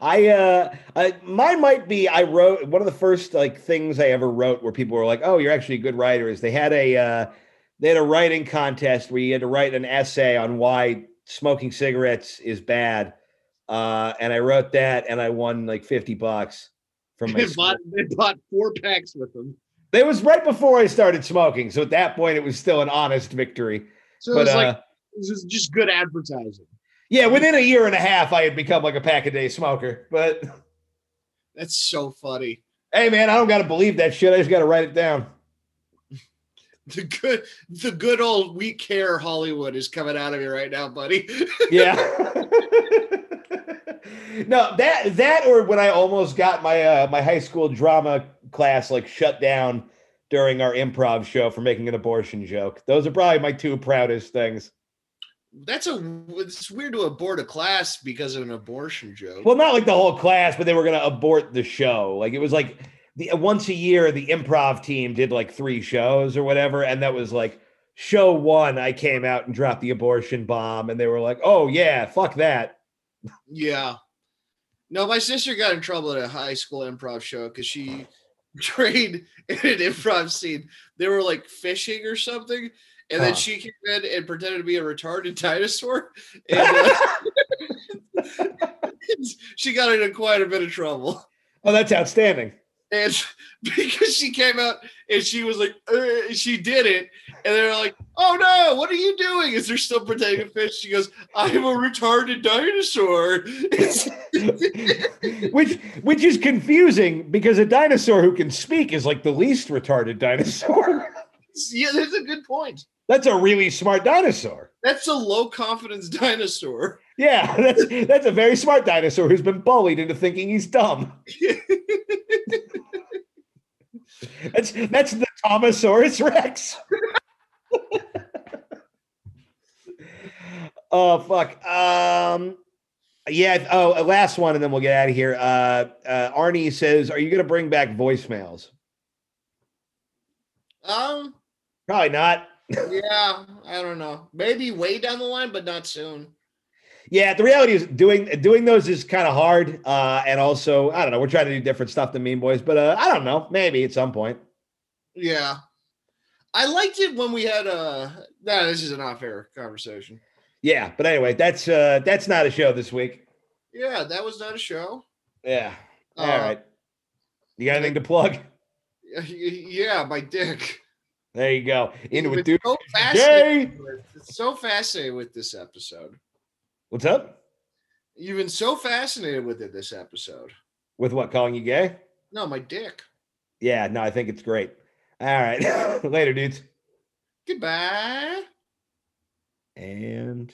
[SPEAKER 1] I uh I, mine might be I wrote one of the first like things I ever wrote where people were like, "Oh, you're actually a good writer." Is they had a uh they had a writing contest where you had to write an essay on why smoking cigarettes is bad. Uh and I wrote that and I won like 50 bucks from
[SPEAKER 2] [LAUGHS]
[SPEAKER 1] my
[SPEAKER 2] They
[SPEAKER 1] school.
[SPEAKER 2] bought, they bought four packs with them.
[SPEAKER 1] That was right before I started smoking, so at that point it was still an honest victory.
[SPEAKER 2] So
[SPEAKER 1] but
[SPEAKER 2] it was
[SPEAKER 1] uh,
[SPEAKER 2] like, this is just good advertising.
[SPEAKER 1] yeah, within a year and a half I had become like a pack a day smoker, but
[SPEAKER 2] That's so funny.
[SPEAKER 1] hey man, I don't got to believe that shit. I just got to write it down.
[SPEAKER 2] The good, the good old we care Hollywood is coming out of you right now, buddy. [LAUGHS]
[SPEAKER 1] yeah. [LAUGHS] no, that that or when I almost got my uh, my high school drama class like shut down during our improv show for making an abortion joke. Those are probably my two proudest things.
[SPEAKER 2] That's a. It's weird to abort a class because of an abortion joke.
[SPEAKER 1] Well, not like the whole class, but they were going to abort the show. Like it was like the uh, once a year the improv team did like three shows or whatever, and that was like show one. I came out and dropped the abortion bomb, and they were like, "Oh yeah, fuck that." [LAUGHS]
[SPEAKER 2] Yeah. No, my sister got in trouble at a high school improv show because she [LAUGHS] trained in an improv scene. They were like fishing or something. And then
[SPEAKER 1] Huh.
[SPEAKER 2] she came in and pretended to be a retarded [LAUGHS] dinosaur. And
[SPEAKER 1] Oh,
[SPEAKER 2] uh, she got into quite a bit of trouble.
[SPEAKER 1] Oh, that's outstanding.
[SPEAKER 2] And [LAUGHS] because she came out and she was like, "Uh," she did it. And they're like, oh no, what are you doing? Is there still pretending to fish? She goes, I'm a retarded dinosaur. [LAUGHS] It's-
[SPEAKER 1] which which is confusing because a dinosaur who can speak is like the least retarded dinosaur. [LAUGHS]
[SPEAKER 2] yeah, that's a good point.
[SPEAKER 1] that's a really smart dinosaur.
[SPEAKER 2] That's a low confidence [LAUGHS] dinosaur.
[SPEAKER 1] Yeah, [LAUGHS] that's that's a very smart dinosaur who's been bullied into thinking he's dumb. that's that's the Thomasaurus Rex. [LAUGHS] oh fuck. Um yeah, oh a last one and then we'll get out of here. Uh, uh Arnie says, "Are you going to bring back voicemails?"
[SPEAKER 2] Um,
[SPEAKER 1] Probably not.
[SPEAKER 2] yeah, I don't know. Maybe way down the line, but not soon.
[SPEAKER 1] Yeah, the reality is doing doing those is kind of hard, uh, and also I don't know. We're trying to do different stuff than Mean Boys, but uh, I don't know. Maybe at some point.
[SPEAKER 2] Yeah. I liked it when we had a. Nah, this is an off air conversation.
[SPEAKER 1] Yeah, but anyway, that's uh, that's not a show this week.
[SPEAKER 2] Yeah, that was not a show.
[SPEAKER 1] Yeah. All
[SPEAKER 2] Uh,
[SPEAKER 1] right. You got anything to plug?
[SPEAKER 2] Um, [LAUGHS] Yeah, my dick.
[SPEAKER 1] There you go. Into it,
[SPEAKER 2] It's
[SPEAKER 1] dude. [LAUGHS]
[SPEAKER 2] So fascinated
[SPEAKER 1] Yay!
[SPEAKER 2] with- it's so fascinated with this episode.
[SPEAKER 1] What's up?
[SPEAKER 2] You've been so fascinated with it this episode.
[SPEAKER 1] With what calling you gay?
[SPEAKER 2] No, my dick.
[SPEAKER 1] Yeah. No, I think it's great. All [LAUGHS] right. Later, dudes.
[SPEAKER 2] Goodbye.
[SPEAKER 1] And.